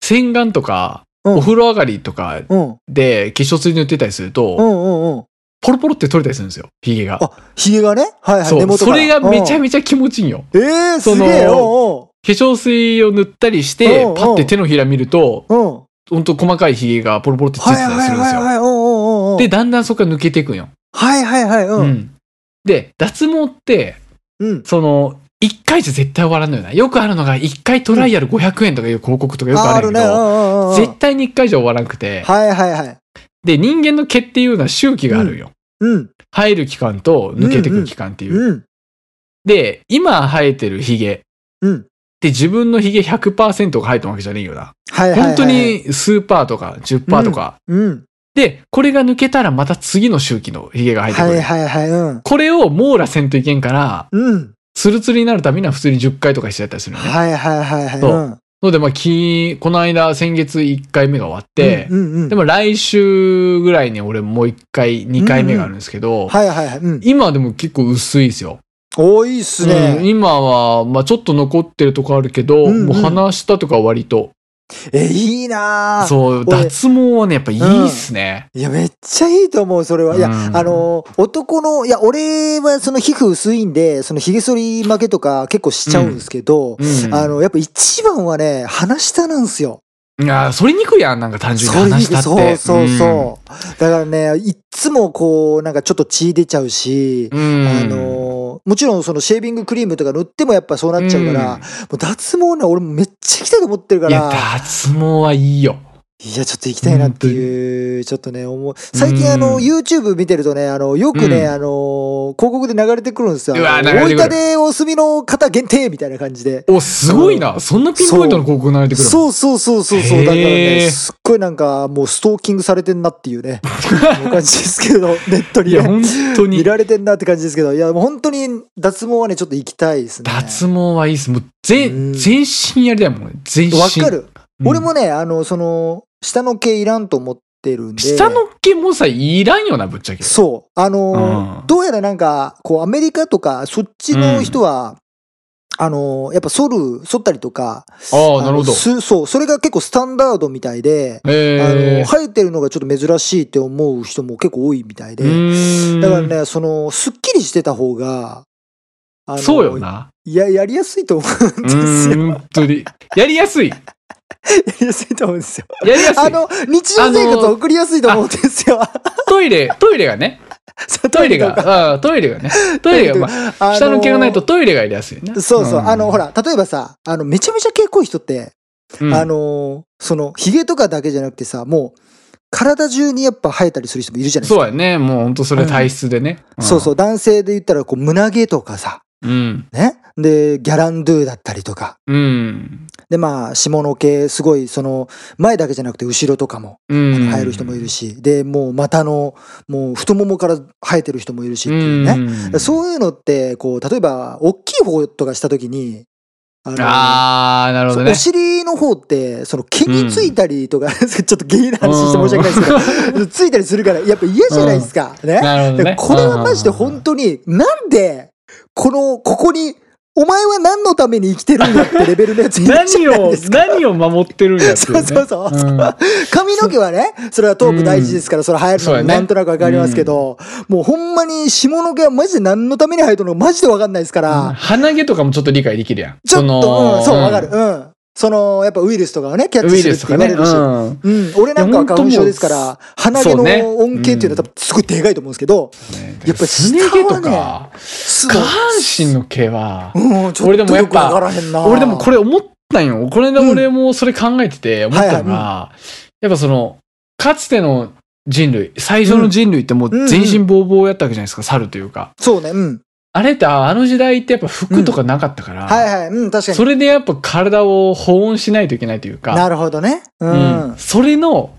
Speaker 1: 洗顔とか、
Speaker 2: うん
Speaker 1: お風呂上がりとか
Speaker 2: うん。
Speaker 1: で化粧水塗ってたりすると、
Speaker 2: うんうんうん。
Speaker 1: ポロポロって取れたりするんですよ、ヒゲが。
Speaker 2: あ、ひげがね。はいはい。
Speaker 1: そ
Speaker 2: 根
Speaker 1: う、
Speaker 2: 元
Speaker 1: そ
Speaker 2: から
Speaker 1: れがめちゃ
Speaker 2: うん
Speaker 1: めちゃ気持ちいいんよ。
Speaker 2: ええ、す
Speaker 1: その
Speaker 2: げえ。お
Speaker 1: 化粧水を塗ったりして
Speaker 2: うんうん、
Speaker 1: パッて手のひら見ると、
Speaker 2: うおう。うん。
Speaker 1: ほんと細かいヒゲがポロポロってつい
Speaker 2: は
Speaker 1: て
Speaker 2: い
Speaker 1: たり
Speaker 2: は
Speaker 1: す
Speaker 2: い
Speaker 1: るんで
Speaker 2: は
Speaker 1: す
Speaker 2: い
Speaker 1: よ。
Speaker 2: はい。おうおうおうおう
Speaker 1: で、だんだんそこから抜けていくんよ。
Speaker 2: はいはいはい。う。
Speaker 1: うんんで、脱毛って、
Speaker 2: うん。
Speaker 1: その、一回じゃ絶対終わらんのよな。よくあるのが、一回トライアル500円とかいう広告とかよくあるんやけ
Speaker 2: う
Speaker 1: ど、
Speaker 2: んうんうんうん
Speaker 1: 絶対に一回じゃ終わらなくて、
Speaker 2: はいはいはい。
Speaker 1: で、人間の毛っていうのは周期があるんよ。
Speaker 2: うん。
Speaker 1: 生える期間と抜けてく期間っていう。
Speaker 2: うん。
Speaker 1: で、今生えてるヒゲ
Speaker 2: うん。
Speaker 1: で自分のヒゲ100%が生えてるわけじゃねえよな。
Speaker 2: はいはいはい。
Speaker 1: 本当。に数パーとか10%とか。
Speaker 2: うん。
Speaker 1: で、これが抜けたらまた次の周期のヒゲが生えてく
Speaker 2: は
Speaker 1: る。
Speaker 2: いはいはい。うん。
Speaker 1: これを網羅せんといけんから、
Speaker 2: うん。
Speaker 1: ツルツルになるためには普通に10回とかしちゃったりするのね。
Speaker 2: はいはいはいはい。。
Speaker 1: そうんので、まあ、き、この間、先月1回目が終わって、
Speaker 2: うんうんうん。
Speaker 1: でも来週ぐらいに俺もう1回、2回目があるんですけど、
Speaker 2: はいはいはい。うん。
Speaker 1: 今でも結構薄いですよ。
Speaker 2: 多いっすね。
Speaker 1: うん今は、まあ、ちょっと残ってるとこあるけど、
Speaker 2: うんうん
Speaker 1: もう鼻下とか割と。
Speaker 2: え、いいなぁ。
Speaker 1: そう、
Speaker 2: 俺
Speaker 1: 脱毛はね、やっぱいいっすね。
Speaker 2: いや、めっちゃいいと思う、それは。いや、
Speaker 1: うん
Speaker 2: あのー、男の、いや、俺はその皮膚薄いんで、その髭剃り負けとか結構しちゃうんですけど、
Speaker 1: うん。
Speaker 2: あの、やっぱ一番はね、鼻下なんですよ。
Speaker 1: いや、それにくいやん、なんか単純に
Speaker 2: それ
Speaker 1: 話したって。
Speaker 2: そうそうそう。だからね、いっつもこう、なんかちょっと血出ちゃうし、
Speaker 1: うん。うん。
Speaker 2: あのー、もちろんそのシェービングクリームとか塗ってもやっぱそうなっちゃうから、
Speaker 1: うん
Speaker 2: もう脱毛ね、俺もめっちゃ行きたいと思ってるか
Speaker 1: いや、
Speaker 2: ら。
Speaker 1: 脱毛はいいよ。
Speaker 2: いや、ちょっと行きたいなっていう、ちょっとね、思う。最近、あ
Speaker 1: う
Speaker 2: の、
Speaker 1: ん
Speaker 2: YouTube 見てるとね、あの、よく
Speaker 1: う
Speaker 2: ね、
Speaker 1: ん
Speaker 2: あの、広告で流れてくるんですよ。
Speaker 1: うわ
Speaker 2: あの
Speaker 1: 流れ
Speaker 2: 大
Speaker 1: てくる
Speaker 2: 分でお住みの方限定みたいな感じで。
Speaker 1: お、すごいな。そんなピンポイントの広告流れてくるの
Speaker 2: そうそうそうそうそう。
Speaker 1: へ
Speaker 2: だ
Speaker 1: ー
Speaker 2: からね、すっごいなんか、もうストーキングされてんなっていう ね、感じですけど、ネッ ト
Speaker 1: い
Speaker 2: に
Speaker 1: や、
Speaker 2: ね。
Speaker 1: 本当
Speaker 2: 見
Speaker 1: に。
Speaker 2: られてんなって感じですけど、いや、もう本当に脱毛はね、ちょっと行きたいですね。
Speaker 1: 脱毛はいいっす。もう全、
Speaker 2: うん
Speaker 1: 全身やりたいもんね。全身。
Speaker 2: わかる。
Speaker 1: うん
Speaker 2: 俺もね、あの、その、下の毛いらんと思ってるんで。
Speaker 1: 下の毛もさ、いらんよな、ぶっちゃけ。
Speaker 2: そう。あのー
Speaker 1: うん
Speaker 2: どうやらなんか、こう、アメリカとか、そっちの人は、あのーやっぱ剃る、剃ったりとか。
Speaker 1: ああ、なるほど
Speaker 2: の。すそう、それが結構スタンダードみたいで、あの
Speaker 1: え
Speaker 2: ー
Speaker 1: え。
Speaker 2: 生えてるのがちょっと珍しいって思う人も結構多いみたいで。
Speaker 1: うーん
Speaker 2: だからね、その、すっきりしてた方が、あのー
Speaker 1: そうよ。な。
Speaker 2: いや、やりやすいと思う
Speaker 1: う
Speaker 2: んですよ。
Speaker 1: ー ん、本当に。やりやすい。や
Speaker 2: やりやすいと思うんですよ。
Speaker 1: りやす
Speaker 2: あ
Speaker 1: い。
Speaker 2: の、日常生活を送りやすいと思うんですよ。
Speaker 1: トイレ、トイレがね。トイレ
Speaker 2: とか
Speaker 1: が、あートイレがね。トイレが、ま
Speaker 2: あの
Speaker 1: あ、
Speaker 2: ー
Speaker 1: 下の毛がないとトイレがやりやすいよね。
Speaker 2: そうそう。
Speaker 1: ん
Speaker 2: あの、ほ、ら、例えばさ、あの、めちゃめちゃ毛濃い人って、
Speaker 1: うん
Speaker 2: あのー、その、髭とかだけじゃなくてさ、もう、体中にやっぱ生えたりする人もいるじゃないです
Speaker 1: そう
Speaker 2: か。
Speaker 1: やね。もう本当それ体質でね。
Speaker 2: そうそう。男性で言ったら、こう、胸毛とかさ、
Speaker 1: うん。うん。
Speaker 2: ね。で、ギャランドゥだったりとか。
Speaker 1: うん。
Speaker 2: で、まあ、下の毛、すごい、その、前だけじゃなくて、後ろとかも、
Speaker 1: う
Speaker 2: あの
Speaker 1: ん。
Speaker 2: 生える人もいるし、で、もう、股の、もう、太ももから生えてる人もいるしっていうね。
Speaker 1: うん
Speaker 2: そういうのって、こう、例えば、大きい方とかした時に、あのー
Speaker 1: あー、なるほ
Speaker 2: そ
Speaker 1: ど
Speaker 2: う
Speaker 1: ね
Speaker 2: お。尻の方って、その毛についたりとか、 ちょっと下痢な話して申し訳ないですけど、ついたりするから、やっぱ嫌じゃないですか。ね。
Speaker 1: なるほどね
Speaker 2: で。これはマジで本当に、なんで、この、ここに、お前は何のために生きてるんだってレベルのやついるじ
Speaker 1: 何
Speaker 2: ゃない
Speaker 1: を
Speaker 2: です、か。
Speaker 1: 何を守ってるんやっていね。
Speaker 2: そうそうそう
Speaker 1: うん
Speaker 2: 髪の毛はね、それは頭部大事ですから、それ生えるの
Speaker 1: そう
Speaker 2: も
Speaker 1: やね
Speaker 2: なんとなくわかりますけど、もうほんまに下の毛はマジで何のために生えてるのかマジでわかんないですから、
Speaker 1: 鼻毛とかもちょっと理解できるやん。
Speaker 2: ちょっ
Speaker 1: の
Speaker 2: と、うん、そうわかる。。うん。その、やっぱウイルスとかをね、キャッ
Speaker 1: ウ
Speaker 2: チ
Speaker 1: イ
Speaker 2: する
Speaker 1: ル
Speaker 2: っ
Speaker 1: ス
Speaker 2: て
Speaker 1: と
Speaker 2: 言
Speaker 1: か
Speaker 2: わ
Speaker 1: ね。
Speaker 2: れ
Speaker 1: う
Speaker 2: る
Speaker 1: ん。
Speaker 2: し。うん、俺なんかはい
Speaker 1: や
Speaker 2: 花粉症ですから、鼻毛の
Speaker 1: そうね
Speaker 2: 恩恵っていうのは多分すごいでかいと思うんですけど、やっぱ
Speaker 1: すね毛とか、
Speaker 2: す
Speaker 1: 下
Speaker 2: ごい
Speaker 1: 半身の毛は、
Speaker 2: うん、ちょっ
Speaker 1: 俺
Speaker 2: と
Speaker 1: でもや
Speaker 2: よ
Speaker 1: っ
Speaker 2: く
Speaker 1: ぱ
Speaker 2: わからへんな。
Speaker 1: 俺でもこ
Speaker 2: れ、
Speaker 1: れ思ったんよ。この間俺もそれ考えてて思ったの
Speaker 2: はい
Speaker 1: が、やっぱその、かつての人類、最初の人類っても
Speaker 2: うん
Speaker 1: う全身ボーボーやったわけじゃないですか、猿というか。
Speaker 2: そうね、うん。
Speaker 1: あれって、ああの時代ってやっぱ服とかなかったか
Speaker 2: はい
Speaker 1: ら、
Speaker 2: はい、うん、確かに
Speaker 1: そ。れでやっぱ体を保温しないといけないというか、
Speaker 2: なるほどね。う
Speaker 1: うんん。それの、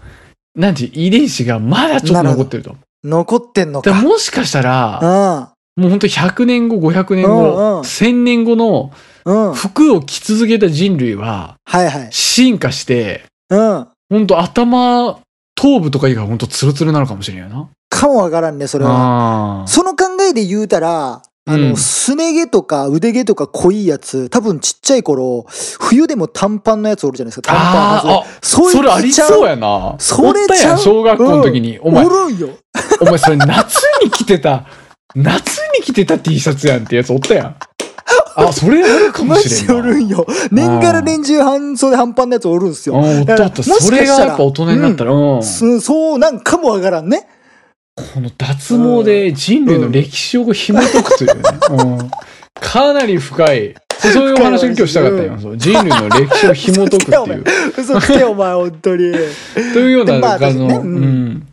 Speaker 1: なんていう遺伝子がまだちょっと残ってると。
Speaker 2: 残ってんの
Speaker 1: だ
Speaker 2: か。
Speaker 1: から
Speaker 2: う
Speaker 1: もしかしたら、
Speaker 2: ん。
Speaker 1: もうほんと100年後、500年
Speaker 2: うんうん
Speaker 1: 後、1000年後の
Speaker 2: うん。はい
Speaker 1: 服を着続けた人類は
Speaker 2: はい。
Speaker 1: 進化して、
Speaker 2: うん。
Speaker 1: ほんと頭、頭部とか以外ほんとツルツルなのかもしれんよな。
Speaker 2: かもわからんね、それは。
Speaker 1: あー
Speaker 2: その考えで言うたら、あ
Speaker 1: う
Speaker 2: の、
Speaker 1: ん
Speaker 2: すね毛とか腕毛とか濃いやつ、多分ちっちゃい頃、冬でも短パンのやつおるじゃないですか。短パン
Speaker 1: あ
Speaker 2: 外れ
Speaker 1: ー、あ、
Speaker 2: そういう
Speaker 1: それありそう
Speaker 2: や。
Speaker 1: やな。
Speaker 2: それ
Speaker 1: おったやん
Speaker 2: ちゃう
Speaker 1: 小学校の時に。お
Speaker 2: お
Speaker 1: 前、
Speaker 2: るんよ。
Speaker 1: お前それ夏に着てた、夏に着てた T シャツやんってやつおったやん。あ、それあるかも
Speaker 2: マ
Speaker 1: し
Speaker 2: ジ
Speaker 1: れ
Speaker 2: お
Speaker 1: んな
Speaker 2: るんよ。年がら年中半袖半パンのやつおるんす
Speaker 1: あ
Speaker 2: よ。
Speaker 1: おったお
Speaker 2: だ
Speaker 1: った。
Speaker 2: からもし
Speaker 1: そ
Speaker 2: か
Speaker 1: れ
Speaker 2: し
Speaker 1: が
Speaker 2: たら
Speaker 1: やっぱ大人になったら、うん
Speaker 2: そそうなんかもわからんね。
Speaker 1: この脱毛で人類の歴史を紐解くというね。うんかなり深い。そうそういうお話を今日したかった
Speaker 2: う
Speaker 1: よ。そう人類の歴史を紐解くって いう。
Speaker 2: 嘘つけお前、本当に。
Speaker 1: というよう
Speaker 2: でま
Speaker 1: な
Speaker 2: あ
Speaker 1: 感じ
Speaker 2: 確
Speaker 1: の、
Speaker 2: か
Speaker 1: う
Speaker 2: にねうん
Speaker 1: ん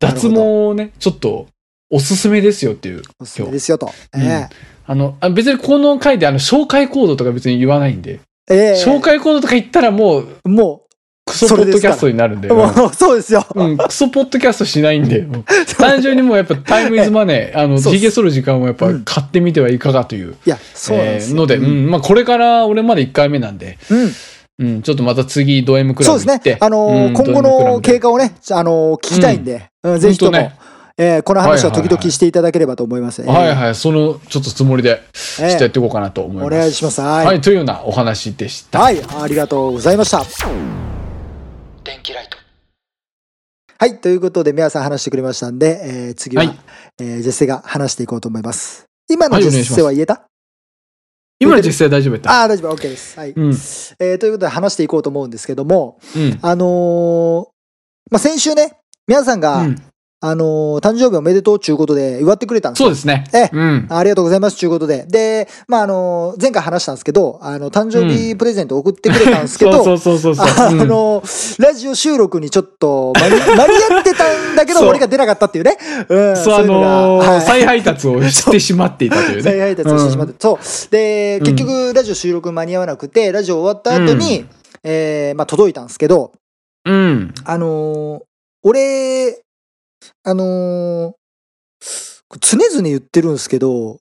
Speaker 1: 脱毛をね、ちょっとおすすめですよっていう。
Speaker 2: おすすめですよと。
Speaker 1: うん
Speaker 2: え
Speaker 1: あの、あ別にこの回であの紹介コードとか別に言わないんで、
Speaker 2: え。ええ
Speaker 1: 紹介コードとか言ったらもう
Speaker 2: も
Speaker 1: クソポッドキャストになるんで。
Speaker 2: う、もう、そうですよ。
Speaker 1: うん、クソポッドキャストしないんで、もう単純にもうやっぱタイムイズマ ネー、あの、
Speaker 2: そうっす
Speaker 1: 髭剃る時間をやっぱ買ってみてはいかがという。
Speaker 2: いや、そうなんです
Speaker 1: えー
Speaker 2: よ。
Speaker 1: ので、
Speaker 2: う。
Speaker 1: うんん、まあこれから俺まで1回目なんで、
Speaker 2: うん
Speaker 1: うん、ちょっとまた次ド M クラ
Speaker 2: そう
Speaker 1: ブ
Speaker 2: です
Speaker 1: 行っ
Speaker 2: ね
Speaker 1: て。。
Speaker 2: あの
Speaker 1: う
Speaker 2: ー、
Speaker 1: ん
Speaker 2: 今後の経。
Speaker 1: ド M クラブで
Speaker 2: 過をね、あのー、聞きたいんで、うんぜひとも
Speaker 1: ほんとね、
Speaker 2: えーこの話は時
Speaker 1: はいはい
Speaker 2: 々
Speaker 1: はい
Speaker 2: していただければと思います。
Speaker 1: はいはい、そのちょっとつもりで、ち
Speaker 2: えー
Speaker 1: ょっとやっていこうかなと思います。
Speaker 2: お願いします。
Speaker 1: はい、
Speaker 2: はい。
Speaker 1: というようなお話でした。
Speaker 2: はい、ありがとうございました。
Speaker 3: 電気ライト
Speaker 2: はい、ということで、メアさん話してくれましたんで、えー次は、
Speaker 1: はい
Speaker 2: えージェスセが話していこうと思います。今の
Speaker 1: はい
Speaker 2: ジ
Speaker 1: お
Speaker 2: ェ
Speaker 1: 願いし
Speaker 2: ス
Speaker 1: ます
Speaker 2: セは言えた、
Speaker 1: 今の実際大丈夫やった
Speaker 2: ああ、大丈夫、OK です。はい。
Speaker 1: うん。
Speaker 2: えーということで話していこうと思うんですけども、
Speaker 1: うん。
Speaker 2: あのーまあ、先週ね、皆さんが、
Speaker 1: うん
Speaker 2: あのー誕生日おめでとうということで祝ってくれたんですよ
Speaker 1: そうですね。
Speaker 2: ええ
Speaker 1: うん。
Speaker 2: ありがとうございますということで。で、まあ、あのー前回話したんですけど、あの、誕生日プレゼント送ってくれたんですけど、
Speaker 1: そうそうそうそう
Speaker 2: あ
Speaker 1: そう。うん
Speaker 2: のーラジオ収録にちょっと間に 間に合ってたんだけど、
Speaker 1: そう
Speaker 2: 俺が出なかったっていうね。うん、
Speaker 1: そう、あ
Speaker 2: いのが
Speaker 1: のー
Speaker 2: はい
Speaker 1: 再配達をしてしまっていたと いうね。
Speaker 2: 再配達をしてしまって、そうで
Speaker 1: うん
Speaker 2: 結局ラジオ収録間に合わなくてラジオ終わった後に、えーまあ、届いたんですけど
Speaker 1: うん。
Speaker 2: あのー俺あのー常々言ってるんですけど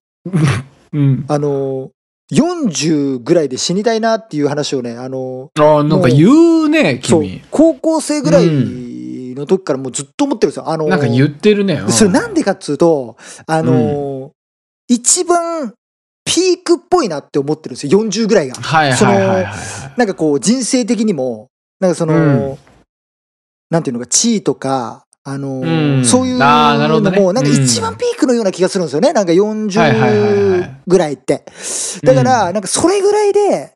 Speaker 1: うん。
Speaker 2: あのー40ぐらいで死にたいなっていう話をね、あの
Speaker 1: ああ、なんか言うね、
Speaker 2: ーそう
Speaker 1: 君。
Speaker 2: 高校生ぐらいの時からもうずっと思ってるんですよ。あのー
Speaker 1: なんか言ってるね。う
Speaker 2: それなんでかっつうと、あのー一番ピークっぽいなって思ってるんですよ、40ぐらいが。
Speaker 1: はいはいはいはいはい。
Speaker 2: なんかこう人生的にも、なんかその、
Speaker 1: うん
Speaker 2: なんていうのか、地位とか、あのー
Speaker 1: うん
Speaker 2: そういう
Speaker 1: あーなるほ
Speaker 2: の
Speaker 1: どね
Speaker 2: も、なんか
Speaker 1: うん
Speaker 2: 一番ピークのような気がするんですよね。なんか
Speaker 1: はいはいはいは
Speaker 2: 40
Speaker 1: い
Speaker 2: ぐらいって。だから、なんかそれぐらいで、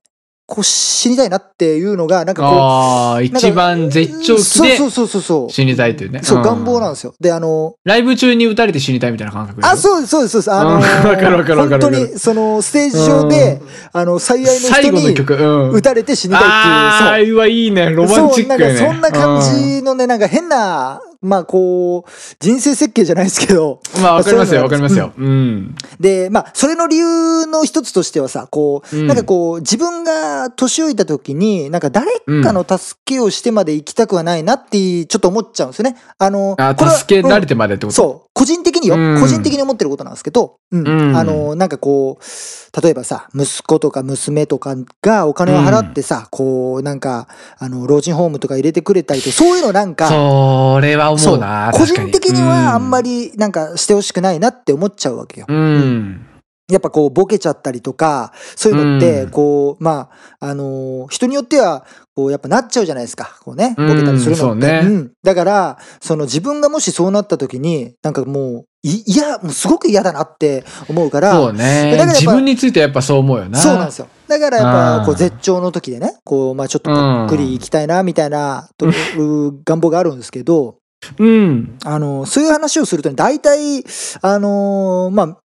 Speaker 2: こう死にたいなっていうのが、なんかこ
Speaker 1: ああ、
Speaker 2: う、
Speaker 1: 一番絶頂期
Speaker 2: そう
Speaker 1: で
Speaker 2: そうそうそうそう。
Speaker 1: 死にたいというね。。
Speaker 2: そう、願望なんですすよ。で、あのー、
Speaker 1: ライブ中に打たれて死にたいみたいな感覚
Speaker 2: あ、
Speaker 1: う。
Speaker 2: そうです、そうです、そうです。あの
Speaker 1: うんわかるわかるわか
Speaker 2: 本
Speaker 1: る
Speaker 2: 当に、その、ステージ上で、あの、最愛の人
Speaker 1: 最後の
Speaker 2: に
Speaker 1: 曲。うん。
Speaker 2: 撃たれて死にたい
Speaker 1: あ
Speaker 2: っ
Speaker 1: あ
Speaker 2: ていう、
Speaker 1: ー、うわ、いいね。ロ
Speaker 2: そう。
Speaker 1: マンチッ
Speaker 2: そう、
Speaker 1: クやね。
Speaker 2: なんかそんな感じのね、なんか変な、まあこう、人生設計じゃないですけど、
Speaker 1: うん。まあ、わかりますよ、
Speaker 2: そう
Speaker 1: わ
Speaker 2: な
Speaker 1: かり
Speaker 2: んで
Speaker 1: ますすよ。うん。
Speaker 2: で、まあ、それの理由の一つとしてはさ、こう、
Speaker 1: うん
Speaker 2: なんかこう、自分が年老いた時に、なんか誰かの助けをしてまで行きたくはないなって、ちょっと思っちゃうんですよね。あの、
Speaker 1: あ
Speaker 2: これは
Speaker 1: 助け
Speaker 2: うん
Speaker 1: 慣れてまでってこと
Speaker 2: そう。個人的によ。
Speaker 1: うん
Speaker 2: 個人的に思ってることなんですけど、うん。
Speaker 1: うん
Speaker 2: あの、なんかこう、例えばさ、息子とか娘とかがお金を払ってさ、こう、なんか、あの、老人ホームとか入れてくれたりとか、そういうのなんか、
Speaker 1: それは思うな。
Speaker 2: 個
Speaker 1: 確か
Speaker 2: 人的にはあんま。りなんかしてほしくないなって思っちゃうわけよ。
Speaker 1: うん。
Speaker 2: やっぱこうボケちゃったりとか、そういうのって
Speaker 1: う、ん
Speaker 2: こう、まあ、あのー人によっては、こうやっぱなっちゃうじゃないですか。こうね、ボ
Speaker 1: うん
Speaker 2: ケたりするのって。
Speaker 1: そうね
Speaker 2: んだから、その自分がもしそうなった時に、なんかもう、い、いや、もうすごく嫌だなって思うから、
Speaker 1: そうね
Speaker 2: だからやっ。ぱ
Speaker 1: 自分についてはやっぱそう思うよな。
Speaker 2: そうなんですよ。だからやっ
Speaker 1: う
Speaker 2: ぱ、
Speaker 1: ん
Speaker 2: こう絶頂の時でね、こう、まあちょっとぽっくり行きたいな、みたいな、という願望があるんですけど、
Speaker 1: うん。
Speaker 2: あの、そういう話をするとね、大体、あのーまあ、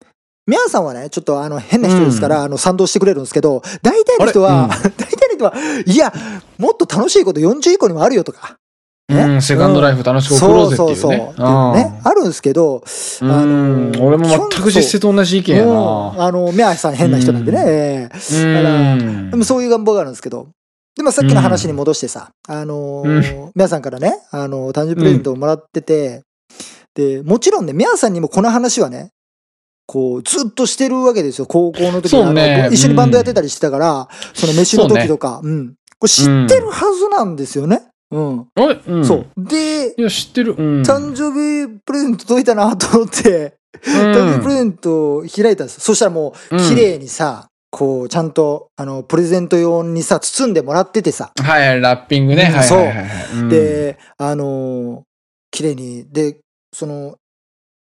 Speaker 2: ミャンさんはね、ちょっとあの、変な人ですから、あの、賛同してくれるんですけど、大体の人は、
Speaker 1: あ
Speaker 2: 大体の人は、いや、もっと楽しいこと40以降にもあるよとか、ね
Speaker 1: うん、セカンドライフ楽しく送ろうぜっていうね。
Speaker 2: そうね、あるんですけど、
Speaker 1: うん
Speaker 2: あのー
Speaker 1: 俺も全く実質と同じ意見や
Speaker 2: もう
Speaker 1: な。
Speaker 2: あの、ミャンさん変な人なんでね、
Speaker 1: うん
Speaker 2: ええ
Speaker 1: うん
Speaker 2: でもそういう願望があるんですけど、でもさっきの話に戻してさ、あのーミャンさんからね、あのー誕生日プレゼントをもらってて、で、もちろんね、ミャンさんにもこの話はね、こう、ずっとしてるわけですよ。高校の時に
Speaker 1: そうね
Speaker 2: あの一緒にバンドやってたりしてたから、その飯の時とか。うん。これ知ってるはずなんですよね。うん。
Speaker 1: あれうん。
Speaker 2: そう。。で、
Speaker 1: いや、知ってる。うん。
Speaker 2: 誕生日プレゼント届いたなと思って、誕生日プレゼントを開いたんです。そしたらもう、
Speaker 1: うん
Speaker 2: 綺麗にさ、こう、ちゃんと、あの、プレゼント用にさ、包んでもらっててさ。
Speaker 1: うんはいはい、ラッピングね。
Speaker 2: うん
Speaker 1: はいはいはいはい。うん、
Speaker 2: で、あのー綺麗に、で、その、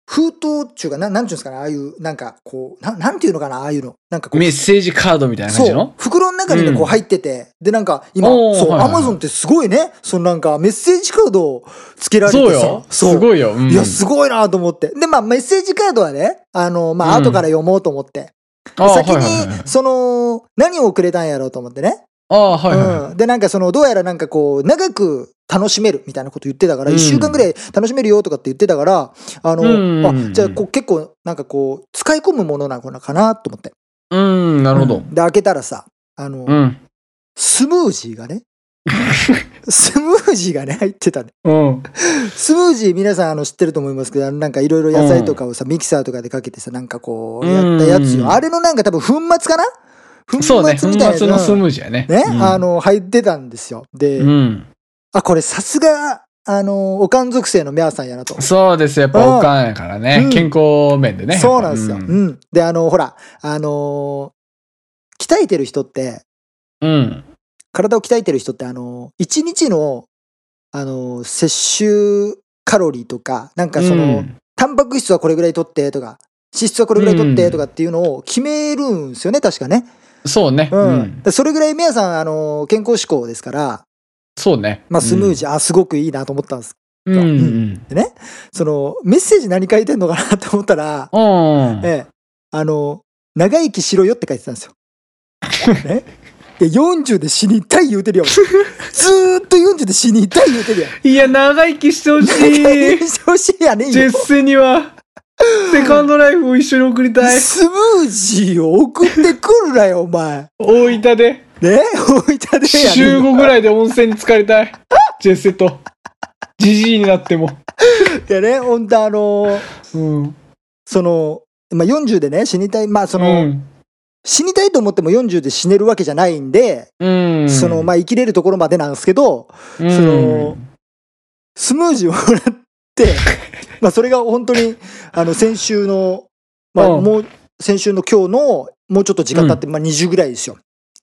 Speaker 2: 封筒っていうか、ななんていうんですかね、ああいう、なんか、こう、ななんていうのかな、ああいうの。なんかこう
Speaker 1: メッセージカードみたいな感じ
Speaker 2: そう
Speaker 1: の。
Speaker 2: 袋の中にね
Speaker 1: うん
Speaker 2: こう入ってて、で、なんか、今、
Speaker 1: おー
Speaker 2: そう、
Speaker 1: はいは
Speaker 2: ア
Speaker 1: い
Speaker 2: マゾンってすごいね、そのなんか、メッセージカードをつけられてさ。
Speaker 1: よ。
Speaker 2: そう
Speaker 1: すごいよ。うん
Speaker 2: いや、すごいなと思って。で、まあ、メッセージカードはね、あの、まあ、
Speaker 1: うん
Speaker 2: 後から読もうと思って。
Speaker 1: あ
Speaker 2: 先
Speaker 1: はいはいはい
Speaker 2: に、その、何をくれたんやろうと思ってね。
Speaker 1: ああ、はいはいはい。
Speaker 2: うん。で、なんかその、どうやらなんかこう、長く楽しめるみたいなこと言ってたから、
Speaker 1: うん
Speaker 2: 一週間ぐらい楽しめるよとかって言ってたから、あ
Speaker 1: うん
Speaker 2: の、あ、じゃあこう、結構、なんかこう、使い込むものなのかなと思って。
Speaker 1: うん、なるほど。
Speaker 2: で、開けたらさ、あの、
Speaker 1: うん。
Speaker 2: スムージーがね、 スムージーがね、入ってたね
Speaker 1: うん。
Speaker 2: スムージー皆さんあの知ってると思いますけどあのなんかいろいろ野菜とかをさ、ミキサーとかでかけてさなんかこうやったやつ
Speaker 1: うん
Speaker 2: よあれのなんか多分粉末かな粉
Speaker 1: そうね。粉
Speaker 2: 末みたい
Speaker 1: 末の
Speaker 2: な
Speaker 1: スムージーやね。
Speaker 2: ね、
Speaker 1: うん
Speaker 2: あ、の入ってたんですよで、
Speaker 1: うん。
Speaker 2: あこれさすがあのおかん属性のミャーさんやなと、
Speaker 1: そうです。やっぱおかんやから
Speaker 2: う
Speaker 1: ね
Speaker 2: ん。
Speaker 1: 健康面でね。
Speaker 2: そうなんですよ、う
Speaker 1: うんん。
Speaker 2: であのほらあのー鍛えてる人って
Speaker 1: うん。
Speaker 2: 体を鍛えてる人ってあの1日のあの摂取カロリーとかなんかその、
Speaker 1: うん
Speaker 2: タンパク質はこれぐらい取ってとか、脂質はこれぐらい取っ
Speaker 1: う
Speaker 2: て
Speaker 1: ん
Speaker 2: とかっていうのを決めるんですよね、確かね。
Speaker 1: そうね。
Speaker 2: う。
Speaker 1: うんん。
Speaker 2: でそれぐらい皆さん、あの、健康志向ですから、
Speaker 1: そうね。
Speaker 2: まあ、スムージ
Speaker 1: ー。
Speaker 2: ー、あ、すごくいいなと思ったんです。
Speaker 1: うんうん。
Speaker 2: その、メッセージ何書いてんのかなと思ったら、
Speaker 1: うん。
Speaker 2: ええ、あの、長生きしろよって書いてたんですよ。ね。いや、40で死にたい言うてるよ。ずーっと40で死にたい言うてるやん。
Speaker 1: いや、長生きしてほし
Speaker 2: 長
Speaker 1: い
Speaker 2: 生。きしてほしいやねん
Speaker 1: ジェ
Speaker 2: よ
Speaker 1: ッ。セには、セカンドライフを一緒に送りたい。
Speaker 2: スムージーを送ってくるなよ、お前。
Speaker 1: 大分で、
Speaker 2: ね大分でや
Speaker 1: 週
Speaker 2: ね
Speaker 1: 5ぐらいで温泉に浸かりたい。ジェッセと。ジジイになっても。
Speaker 2: いやね、ほんとあのー
Speaker 1: うん。
Speaker 2: その、まあ、40でね、死にたい、まあ、その、
Speaker 1: うん
Speaker 2: 死にたいと思っても40で死ねるわけじゃないんで、
Speaker 1: うん。
Speaker 2: その、まあ、生きれるところまでなんですけど、
Speaker 1: うん
Speaker 2: そのスムージーをもら って、まあ、それが本当に、あの、先週の、まあ、
Speaker 1: うん
Speaker 2: もう、先週の今日の、もうちょっと時間経って、まあ、20ぐらいですよ。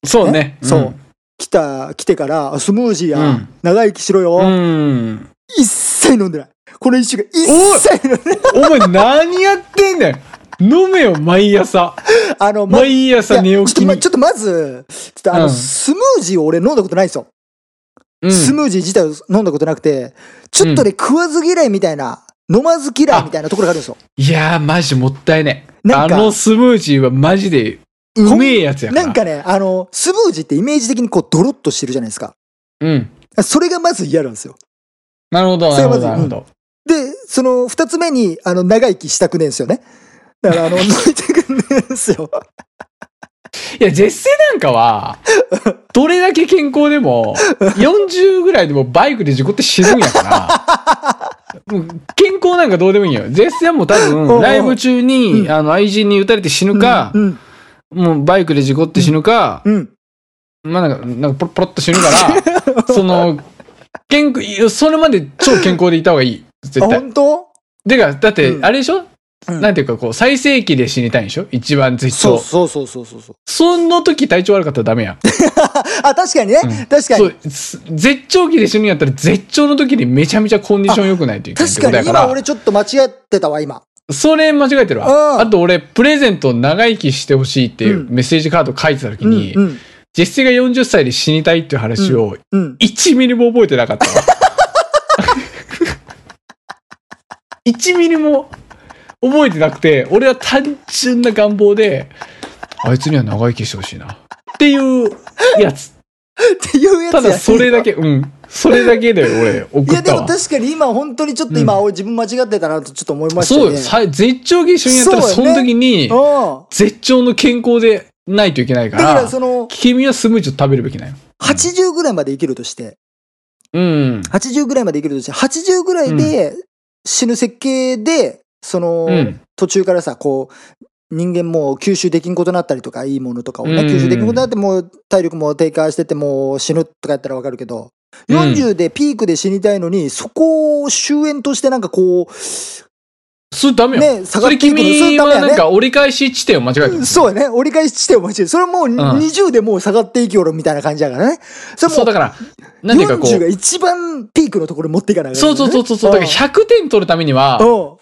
Speaker 1: そうね。
Speaker 2: そう。来た、来てから、あスムージーや、
Speaker 1: うん
Speaker 2: 長生きしろよ、
Speaker 1: うん。
Speaker 2: 一切飲んでない。この一週間、一切飲んでない。
Speaker 1: お前何やってんねん飲めよ、毎朝。
Speaker 2: あの、ま
Speaker 1: 毎朝
Speaker 2: い
Speaker 1: 寝
Speaker 2: や
Speaker 1: 起き
Speaker 2: ちょっとま
Speaker 1: に
Speaker 2: ち。ょっとまず、ちょっとあの、
Speaker 1: うん
Speaker 2: スムージーを俺飲んだことないんですよ。
Speaker 1: うん
Speaker 2: スムージー自体を飲んだことなくて、ちょっとね、食わず嫌いみたいな、飲まず嫌いみたいなところがあるんですよ。
Speaker 1: いやー、マジもったいねえ。
Speaker 2: な
Speaker 1: あ
Speaker 2: んか
Speaker 1: のスムージーはマジでうめえやつやから。
Speaker 2: なんかね、あの、スムージーってイメージ的にこう、ドロッとしてるじゃないですか。
Speaker 1: うん。
Speaker 2: それがまず嫌なんですよ。
Speaker 1: なるほど、な
Speaker 2: それ
Speaker 1: る
Speaker 2: ま
Speaker 1: ほ
Speaker 2: ず
Speaker 1: ど、なるほど。
Speaker 2: で、その、二つ目に、あの、長生きしたくねえんですよね。だ から、あの、飲みたくねえんですよ。
Speaker 1: いや、絶世なんかは、 どれだけ健康でも、40ぐらいでもバイクで事故って死ぬんや から、もう健康なんかどうでもいいよ。絶世はもう多
Speaker 2: おうおう
Speaker 1: 分、ライブ中に、
Speaker 2: うん
Speaker 1: あの、愛人に撃たれて死ぬか
Speaker 2: う、ん、
Speaker 1: もうバイクで事故って死ぬか、
Speaker 2: うん。
Speaker 1: まあなんか、なんかポロポロっと死ぬ から、その、健康、それまで超健康でいた方がいい。
Speaker 2: あ、
Speaker 1: 絶対。
Speaker 2: 本当
Speaker 1: てか、だって
Speaker 2: う、ん
Speaker 1: あれでしょ、
Speaker 2: うん
Speaker 1: なんていうか、こう、最盛期で死にたいんでしょ一番ずっ
Speaker 2: そう
Speaker 1: と。
Speaker 2: そうそうそうそうそう。
Speaker 1: その時体調悪かったらダメやん。
Speaker 2: あ、確かにね。
Speaker 1: うん
Speaker 2: 確か
Speaker 1: そ
Speaker 2: に。
Speaker 1: う、す絶頂期で死ぬんやったら、絶頂の時にめちゃめちゃコンディション良くないといけないってこ
Speaker 2: 確
Speaker 1: と
Speaker 2: か
Speaker 1: や
Speaker 2: に、
Speaker 1: か
Speaker 2: 今
Speaker 1: ら
Speaker 2: 俺、ちょっと間違ってたわ、今。
Speaker 1: それ間違えてる
Speaker 2: う
Speaker 1: わ。
Speaker 2: ん
Speaker 1: あと俺、プレゼント長生きしてほしいっていう
Speaker 2: うん
Speaker 1: メッセージカード書いてた時
Speaker 2: うん、
Speaker 1: に
Speaker 2: う、ん、
Speaker 1: 実質が40歳で死にたいっていう話を
Speaker 2: うん。
Speaker 1: 1ミリも覚えてなか ったわ。1ミリも覚えてなくて、俺は単純な願望で、あいつには長生きしてほしいな。っていうやつ。
Speaker 2: っていう やつ
Speaker 1: た
Speaker 2: や
Speaker 1: だそれだけ、うん。それだけで俺
Speaker 2: い
Speaker 1: 送
Speaker 2: や
Speaker 1: っ
Speaker 2: で
Speaker 1: た
Speaker 2: も
Speaker 1: わ。
Speaker 2: 確かに今本当にちょっと今俺自分間違ってたなとちょっと思いましたね。
Speaker 1: そうよ。さ絶頂期一緒にやったら
Speaker 2: そ
Speaker 1: そう
Speaker 2: よね
Speaker 1: の時に、
Speaker 2: うん。
Speaker 1: 絶頂の健康でないといけないか
Speaker 2: だから
Speaker 1: ら、
Speaker 2: その
Speaker 1: 君はスムージーを食べるべきなんよ。
Speaker 2: 80ぐらいまで生きるとして、
Speaker 1: うん。
Speaker 2: 80ぐらいまで生きるとして、80ぐらいで死ぬ設計でその、
Speaker 1: うん
Speaker 2: 途中からさ、こう、人間もう吸収できんことになったりとか、いいものとかをね、
Speaker 1: うん
Speaker 2: 吸収できんことになって、もう体力も低下してて、もう死ぬとかやったらわかるけど、
Speaker 1: うん
Speaker 2: 40でピークで死にたいのに、そこを終焉としてなんかこ
Speaker 1: それダメ
Speaker 2: う、
Speaker 1: よ。
Speaker 2: ね、下が
Speaker 1: そ
Speaker 2: って
Speaker 1: れ
Speaker 2: いくの、そうい
Speaker 1: 君
Speaker 2: うた
Speaker 1: は
Speaker 2: めや
Speaker 1: なん
Speaker 2: ね。
Speaker 1: か折り返し地点を間違えてる。
Speaker 2: そうやね。折り返し地点を間違える。それはもう20でもう下がっていきよろみたいな感じだからね。それ
Speaker 1: そう、だか
Speaker 2: も
Speaker 1: ら、なんていうかこ
Speaker 2: 40が
Speaker 1: う、
Speaker 2: 一番ピークのところに持っていかないから
Speaker 1: そう
Speaker 2: ね
Speaker 1: そうそうそうそう、だから100点取るためには、
Speaker 2: う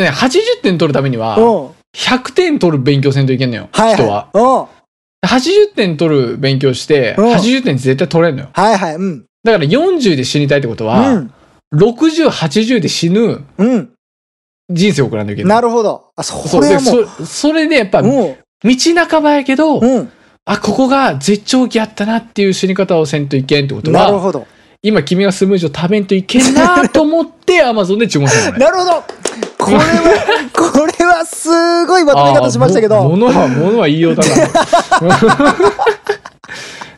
Speaker 1: ね80点取るためには、
Speaker 2: ん。うん。うん。
Speaker 1: 100点取る勉強せんといけんのよ、
Speaker 2: はい、はい。
Speaker 1: 人は。
Speaker 2: うん。
Speaker 1: 80点取る勉強して、
Speaker 2: うん
Speaker 1: 80点絶対取れんのよ。
Speaker 2: はいはい。うん。
Speaker 1: だから40で死にたいってこと
Speaker 2: う
Speaker 1: は、
Speaker 2: ん。
Speaker 1: 60、80で死ぬ
Speaker 2: うん。
Speaker 1: 人生を送らなきゃいけない。
Speaker 2: なるほど。あ、そ
Speaker 1: そう
Speaker 2: れ
Speaker 1: で
Speaker 2: はもう。
Speaker 1: そそれでやっぱ、道
Speaker 2: も
Speaker 1: 半ばやけど、
Speaker 2: う、うん。
Speaker 1: あ、ここが絶頂期やったなっていう死に方をせんといけんってこと
Speaker 2: なる
Speaker 1: は、
Speaker 2: ほど。
Speaker 1: 今君がスムージーを食べんといけんなと思って、アマゾンで注文したのね。
Speaker 2: なるほど。これは、これはすごいまとめ方しましたけ
Speaker 1: あーも
Speaker 2: ど。
Speaker 1: ものは、ものは言いようだ な。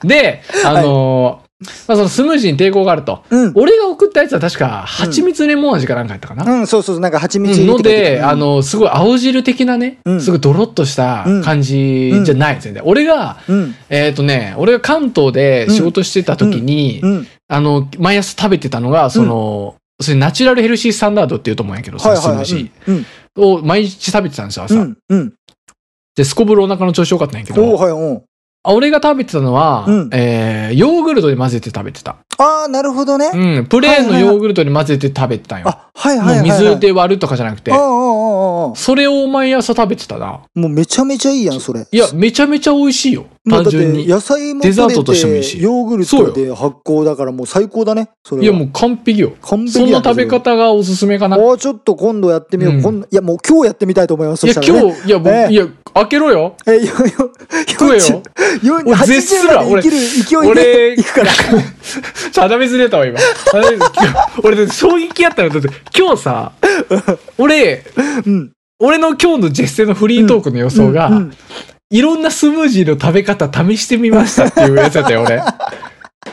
Speaker 1: で、あのーまあ、そのスムージーに抵抗があると。
Speaker 2: うん。
Speaker 1: 俺が送ったやつは確か、蜂蜜レモン味かなんかやったかな。
Speaker 2: うん、そうそうそう、なんか蜂
Speaker 1: うん
Speaker 2: 蜜入れ
Speaker 1: の
Speaker 2: てくれて
Speaker 1: で、あ、の、すごい青汁的なね、
Speaker 2: うん
Speaker 1: すごいドロッとした感じじゃない、全然。俺が、
Speaker 2: うん。
Speaker 1: えっ、とね、俺が関東で仕事してた時に、
Speaker 2: うん。
Speaker 1: あの、毎朝食べてたのが、その、それナチュラルヘルシースタンダードっていうと思うんやけど、そ
Speaker 2: はい
Speaker 1: の
Speaker 2: はいはい。
Speaker 1: スムージ
Speaker 2: うん。
Speaker 1: ーを毎日食べてたんですよ、
Speaker 2: う
Speaker 1: 朝。
Speaker 2: ん。うん。
Speaker 1: で、すこぶるお腹の調子良かったんやけ
Speaker 2: お
Speaker 1: ど、
Speaker 2: ーはい、うん。
Speaker 1: あ俺が食べてたのは、
Speaker 2: うん
Speaker 1: えー、ヨーグルトで混ぜて食べてた。
Speaker 2: ああ、なるほどね。
Speaker 1: うん、プレーンのヨーグルトに混ぜて食べてたんよ。
Speaker 2: あ、はいはいはい。
Speaker 1: もう水で割るとかじゃなくて
Speaker 2: うん。う、んうんうんうん。
Speaker 1: それを毎朝食べてたな。
Speaker 2: もうめちゃめちゃいいやん、それ。
Speaker 1: いや、めちゃめちゃ美味しいよ。
Speaker 2: もう
Speaker 1: 単
Speaker 2: だって
Speaker 1: 純に。
Speaker 2: 野菜も
Speaker 1: デザート
Speaker 2: 取
Speaker 1: としてもい
Speaker 2: れ
Speaker 1: い
Speaker 2: て、
Speaker 1: し
Speaker 2: ヨーグルトで発酵だからもう最高だね。それ
Speaker 1: い
Speaker 2: は
Speaker 1: や、もう完璧よ。
Speaker 2: 完璧
Speaker 1: そん
Speaker 2: や
Speaker 1: な食べ
Speaker 2: それ
Speaker 1: 方がおすすめかな。い
Speaker 2: ああ、ちょっと今度やってみよう。
Speaker 1: うん
Speaker 2: 今度いや、もう今日やってみたいと思います。
Speaker 1: や、
Speaker 2: そしたらね、
Speaker 1: 今日、いや、僕
Speaker 2: ええ
Speaker 1: いや、開けろよ。
Speaker 2: え、よ、よ、
Speaker 1: 食えよ。
Speaker 2: よ、
Speaker 1: 俺
Speaker 2: 80
Speaker 1: 絶すら
Speaker 2: まで生きる勢いで
Speaker 1: 俺、
Speaker 2: 行 くから。
Speaker 1: ダメずれたわ、今。鼻水俺、だって衝撃やったの。だって、今日さ、俺、
Speaker 2: うん。
Speaker 1: 俺の今日のジェステのフリートークの予想が、
Speaker 2: うん
Speaker 1: いろんなスムージーの食べ方試してみましたっていうやつだったよ、 俺。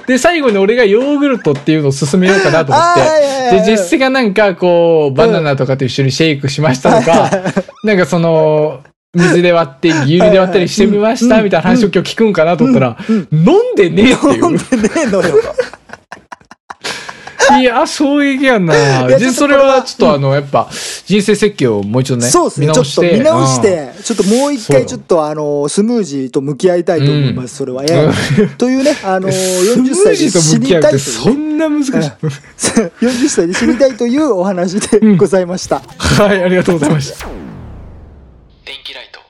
Speaker 1: で、最後に俺がヨーグルトっていうのを進めようかなと思
Speaker 2: あ
Speaker 1: っ
Speaker 2: ー
Speaker 1: て。
Speaker 2: はいはいはい
Speaker 1: で、実績がなんかこう、バナナとかと一緒にシェイクしましたとか、なんかその、水で割って、牛乳で割ったりしてみまし
Speaker 2: はいはい
Speaker 1: たみたいな話を今日聞くんかなと思ったら、飲んでねえって
Speaker 2: 飲ん
Speaker 1: い
Speaker 2: でねえのよ。
Speaker 1: う。いや、衝撃やんな。
Speaker 2: いや
Speaker 1: で、
Speaker 2: ちょっと
Speaker 1: それはちょっとあの、やっぱ、人生設計をもう一度ね、
Speaker 2: そうですね。ちょっと見直し。
Speaker 1: うん
Speaker 2: て、ちょっともう一
Speaker 1: そう
Speaker 2: 回
Speaker 1: よ
Speaker 2: ちょっとあの、スムージーと向き合いたいと思います。それは、ええというね、あの、
Speaker 1: スム
Speaker 2: 40
Speaker 1: ー
Speaker 2: 歳
Speaker 1: ジ
Speaker 2: で
Speaker 1: ーと
Speaker 2: 死
Speaker 1: 向
Speaker 2: に
Speaker 1: き合う
Speaker 2: た
Speaker 1: っ
Speaker 2: いと
Speaker 1: て
Speaker 2: い。
Speaker 1: そうんな難しい。
Speaker 2: 40歳で死にたいというお話でございました。
Speaker 1: はい、ありがとうございました。
Speaker 3: 電気ライト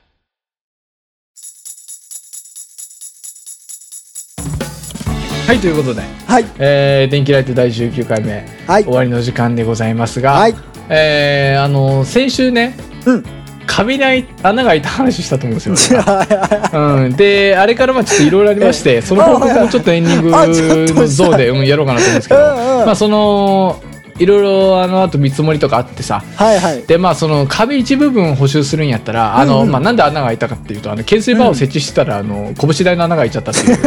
Speaker 1: はい、ということで、
Speaker 2: はい。
Speaker 1: えー、電気ライト第19回目、
Speaker 2: はい
Speaker 1: 終。わりの時間でございますが、
Speaker 2: はい。
Speaker 1: えー、あの先週ね
Speaker 2: うん。
Speaker 1: 壁に開い穴が開いた話したと思うんです
Speaker 2: じ
Speaker 1: よ、
Speaker 2: ゃあ、
Speaker 1: 俺うん、であれからまあちょっといろいろありま してその報告もちょっとエンディング
Speaker 2: あちょっと
Speaker 1: の像で、うん、やろうかなと思うんですけど、
Speaker 2: うんうん
Speaker 1: まあそのいろいろあのあと見積もりとかあってさ
Speaker 2: はいはい。
Speaker 1: でまあその壁一部分補修するんやったらあの、
Speaker 2: うんうん
Speaker 1: まあ、なんで穴が開いたかっていうとあの懸垂バーを設置してたら、あ の拳台の穴が開いちゃったっていう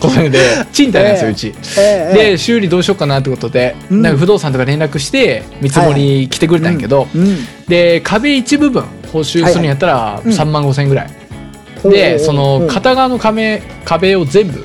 Speaker 1: ことで賃貸なんですよ、うち。
Speaker 2: ええええ
Speaker 1: で修理どうしようかなってことで、
Speaker 2: うん
Speaker 1: なんか不動産とか連絡して見積もり来てくれたんやけど、
Speaker 2: うん。
Speaker 1: で壁一部分補修するんやったら
Speaker 2: いうん
Speaker 1: 3万5千円ぐらい、
Speaker 2: ほうほう
Speaker 1: でそ
Speaker 2: ほう
Speaker 1: の片側の壁壁を全部、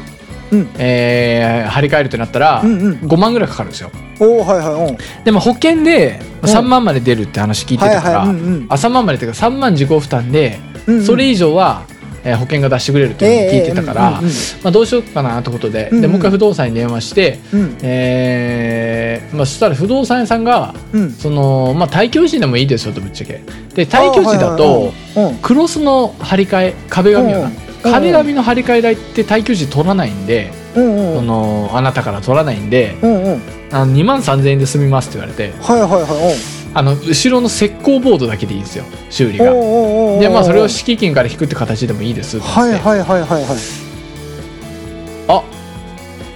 Speaker 2: うん
Speaker 1: えー張り替えるとなったら
Speaker 2: うんうん
Speaker 1: 5万ぐらいかかるんですよ
Speaker 2: おーはいはいうん
Speaker 1: でも保険で
Speaker 2: うん
Speaker 1: 3万まで出るって話聞いてたから、
Speaker 2: はいはいうんうん
Speaker 1: あ3万までっていうか3万自己負担で、
Speaker 2: うんうん
Speaker 1: それ以上は、えー保険が出してくれるっていうのを聞いてたから、
Speaker 2: ええええうんうん
Speaker 1: まあ、どうしようかなってことで,、
Speaker 2: うんう
Speaker 1: で
Speaker 2: ん
Speaker 1: もう一回不動産に電話して、
Speaker 2: うん
Speaker 1: えーまあ、そしたら不動産屋さんが
Speaker 2: うん
Speaker 1: その、まあ、耐久時でもいいですよとぶっちゃけで耐久時だと
Speaker 2: あはいはい
Speaker 1: クロスの張り替え壁紙よな
Speaker 2: うん
Speaker 1: 壁紙の張り替え代って耐久時取らないんで、
Speaker 2: うんうんう
Speaker 1: そ
Speaker 2: ん
Speaker 1: のあなたから取らないんで
Speaker 2: うんうん
Speaker 1: あの2万3000円で済みますって言われて
Speaker 2: はいはいはい
Speaker 1: あの後ろの石膏ボードだけでいいんですよ修理
Speaker 2: うん
Speaker 1: が
Speaker 2: おー。おーおー
Speaker 1: でまあそれを敷金から引くって形でもいいですって言
Speaker 2: はい
Speaker 1: って、
Speaker 2: はいはいはいはい
Speaker 1: あ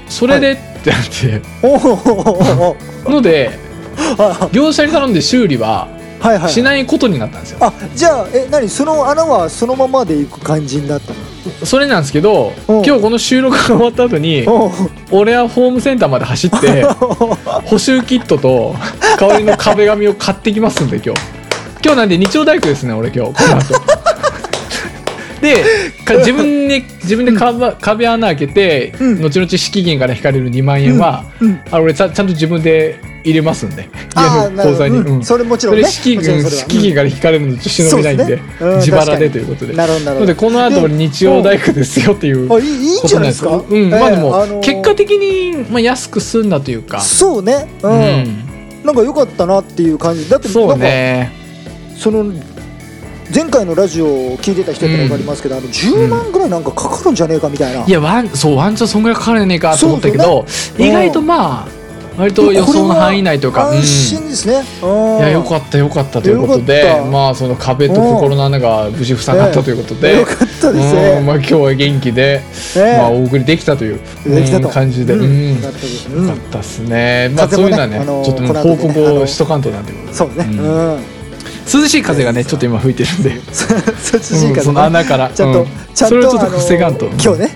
Speaker 1: それでってなって
Speaker 2: おーおーおーおー
Speaker 1: ので
Speaker 2: あ
Speaker 1: 業者に頼んで修理は
Speaker 2: はいはい
Speaker 1: しないことになったんですよ。
Speaker 2: あじゃあえ何その穴はそのままでいく感じになったの
Speaker 1: それなんですけど
Speaker 2: うん
Speaker 1: 今日この収録が終わった後に
Speaker 2: おー
Speaker 1: 俺はホームセンターまで走 って、補修キットと、香りの壁紙を買ってきますんで、今日。今日なんで日曜大工ですね、俺今日、この 後。で、か自分で、自分で壁,、壁穴開けて、
Speaker 2: うん
Speaker 1: 後々敷金から引かれる2万円は、
Speaker 2: うん
Speaker 1: あ俺ちゃんちゃんと自分で入れますんで、
Speaker 2: ああ
Speaker 1: 家
Speaker 2: な
Speaker 1: の口
Speaker 2: るほど
Speaker 1: 座に。
Speaker 2: う
Speaker 1: うんん
Speaker 2: それもちろん
Speaker 1: そ
Speaker 2: ね
Speaker 1: れ敷
Speaker 2: もちろん
Speaker 1: 金、
Speaker 2: それは
Speaker 1: 敷金から引かれるのと忍べないんで、
Speaker 2: そうですねうん
Speaker 1: 自腹
Speaker 2: 確か
Speaker 1: で
Speaker 2: に
Speaker 1: ということで。
Speaker 2: なるほどな
Speaker 1: な
Speaker 2: るほ
Speaker 1: の
Speaker 2: ど
Speaker 1: で、この後俺日曜大工ですよっていう。
Speaker 2: あいいいいんじゃないですか
Speaker 1: ことなんですようん、まあでも、
Speaker 2: ええの
Speaker 1: 結果的に、まあ、安く済んだというか。
Speaker 2: そうねう、
Speaker 1: うん
Speaker 2: なんか良かったなっていう感じだって
Speaker 1: そうね。
Speaker 2: なんかその前回のラジオを聞いてた人やったら分かりますけど、あの10万ぐらいなんかかかるんじゃねえかみたいな、
Speaker 1: いや、ワン、そう、ワンチャンそんぐらいかかるんじゃねえかと思ったけど、
Speaker 2: ね
Speaker 1: 意外とまあ、割と予想の範囲内というか。
Speaker 2: 安
Speaker 1: うん
Speaker 2: 心ですね、うん、
Speaker 1: いやよかったよかったということ
Speaker 2: よか
Speaker 1: で
Speaker 2: った
Speaker 1: まあその壁と心の穴が無事塞がったということで、
Speaker 2: よかったです
Speaker 1: うん
Speaker 2: ね
Speaker 1: まあ、今日は元気で、
Speaker 2: ね
Speaker 1: まあ、お送りできたという
Speaker 2: できたと
Speaker 1: うん感じで、
Speaker 2: うん
Speaker 1: うん
Speaker 2: よか
Speaker 1: よ
Speaker 2: ったですね
Speaker 1: かったですね、まあ、
Speaker 2: 風
Speaker 1: そう
Speaker 2: も
Speaker 1: いうの
Speaker 2: ね
Speaker 1: はね、
Speaker 2: あのー
Speaker 1: ちょっともう
Speaker 2: この後ね
Speaker 1: 報告をしとかんとなんてこと
Speaker 2: そうねう、
Speaker 1: うん涼しい風がねちょっと今吹いてるんで、
Speaker 2: そそっちし
Speaker 1: う
Speaker 2: いか
Speaker 1: ん
Speaker 2: ら
Speaker 1: その穴から
Speaker 2: ちゃんと、
Speaker 1: うん
Speaker 2: ちゃん
Speaker 1: そ
Speaker 2: と
Speaker 1: れをちょっと
Speaker 2: あの
Speaker 1: 防がんと
Speaker 2: 今日ね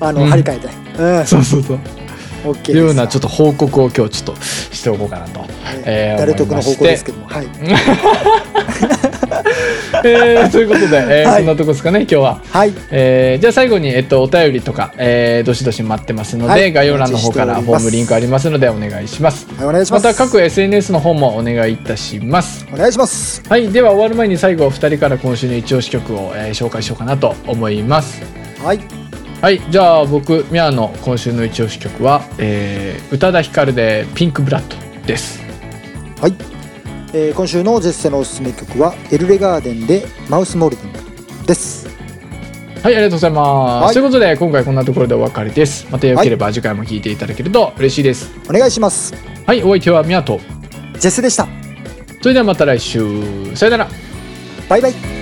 Speaker 2: あの、
Speaker 1: うん
Speaker 2: 張り替えてうん
Speaker 1: そうそうそう
Speaker 2: OK です
Speaker 1: いうようなちょっと報告を今日ちょっとしておこうかなと、えー
Speaker 2: 誰得
Speaker 1: 思いま
Speaker 2: の方
Speaker 1: し
Speaker 2: 向
Speaker 1: て
Speaker 2: ですけどもはい
Speaker 1: えー ということで、えー
Speaker 2: はい
Speaker 1: そんなとこですかね今日は。
Speaker 2: はい
Speaker 1: えーじゃあ最後に、えっと、お便りとか、えーどしどし待ってますので、
Speaker 2: はい
Speaker 1: 概要欄の方か
Speaker 2: お
Speaker 1: ら
Speaker 2: 待ちしており
Speaker 1: フ
Speaker 2: ま
Speaker 1: ォ
Speaker 2: す
Speaker 1: ームリンクありますのでお願いします。
Speaker 2: はいお願いしま
Speaker 1: ますた各 SNS の方もお願いいたします。
Speaker 2: お願いします
Speaker 1: はい、では終わる前に最後2人から今週の一押し曲を、えー紹介しようかなと思います。
Speaker 2: はい
Speaker 1: はい、じゃあ僕ミャーの今週の一押し曲は、えー宇多田ヒカルでピンクブラッドです。
Speaker 2: はい、えー今週のジェッセのおすすめ曲はエルレガーデンでマウスモルディングです
Speaker 1: はい、ありがとうございます。
Speaker 2: はい
Speaker 1: ということで今回こんなところでお別れです。またよければ次回も聴いていただけると嬉しいです。
Speaker 2: お願いします
Speaker 1: はい、お相手はミャーと。
Speaker 2: ジェッセでした
Speaker 1: それではまた来週。さよなら。
Speaker 2: バイバイ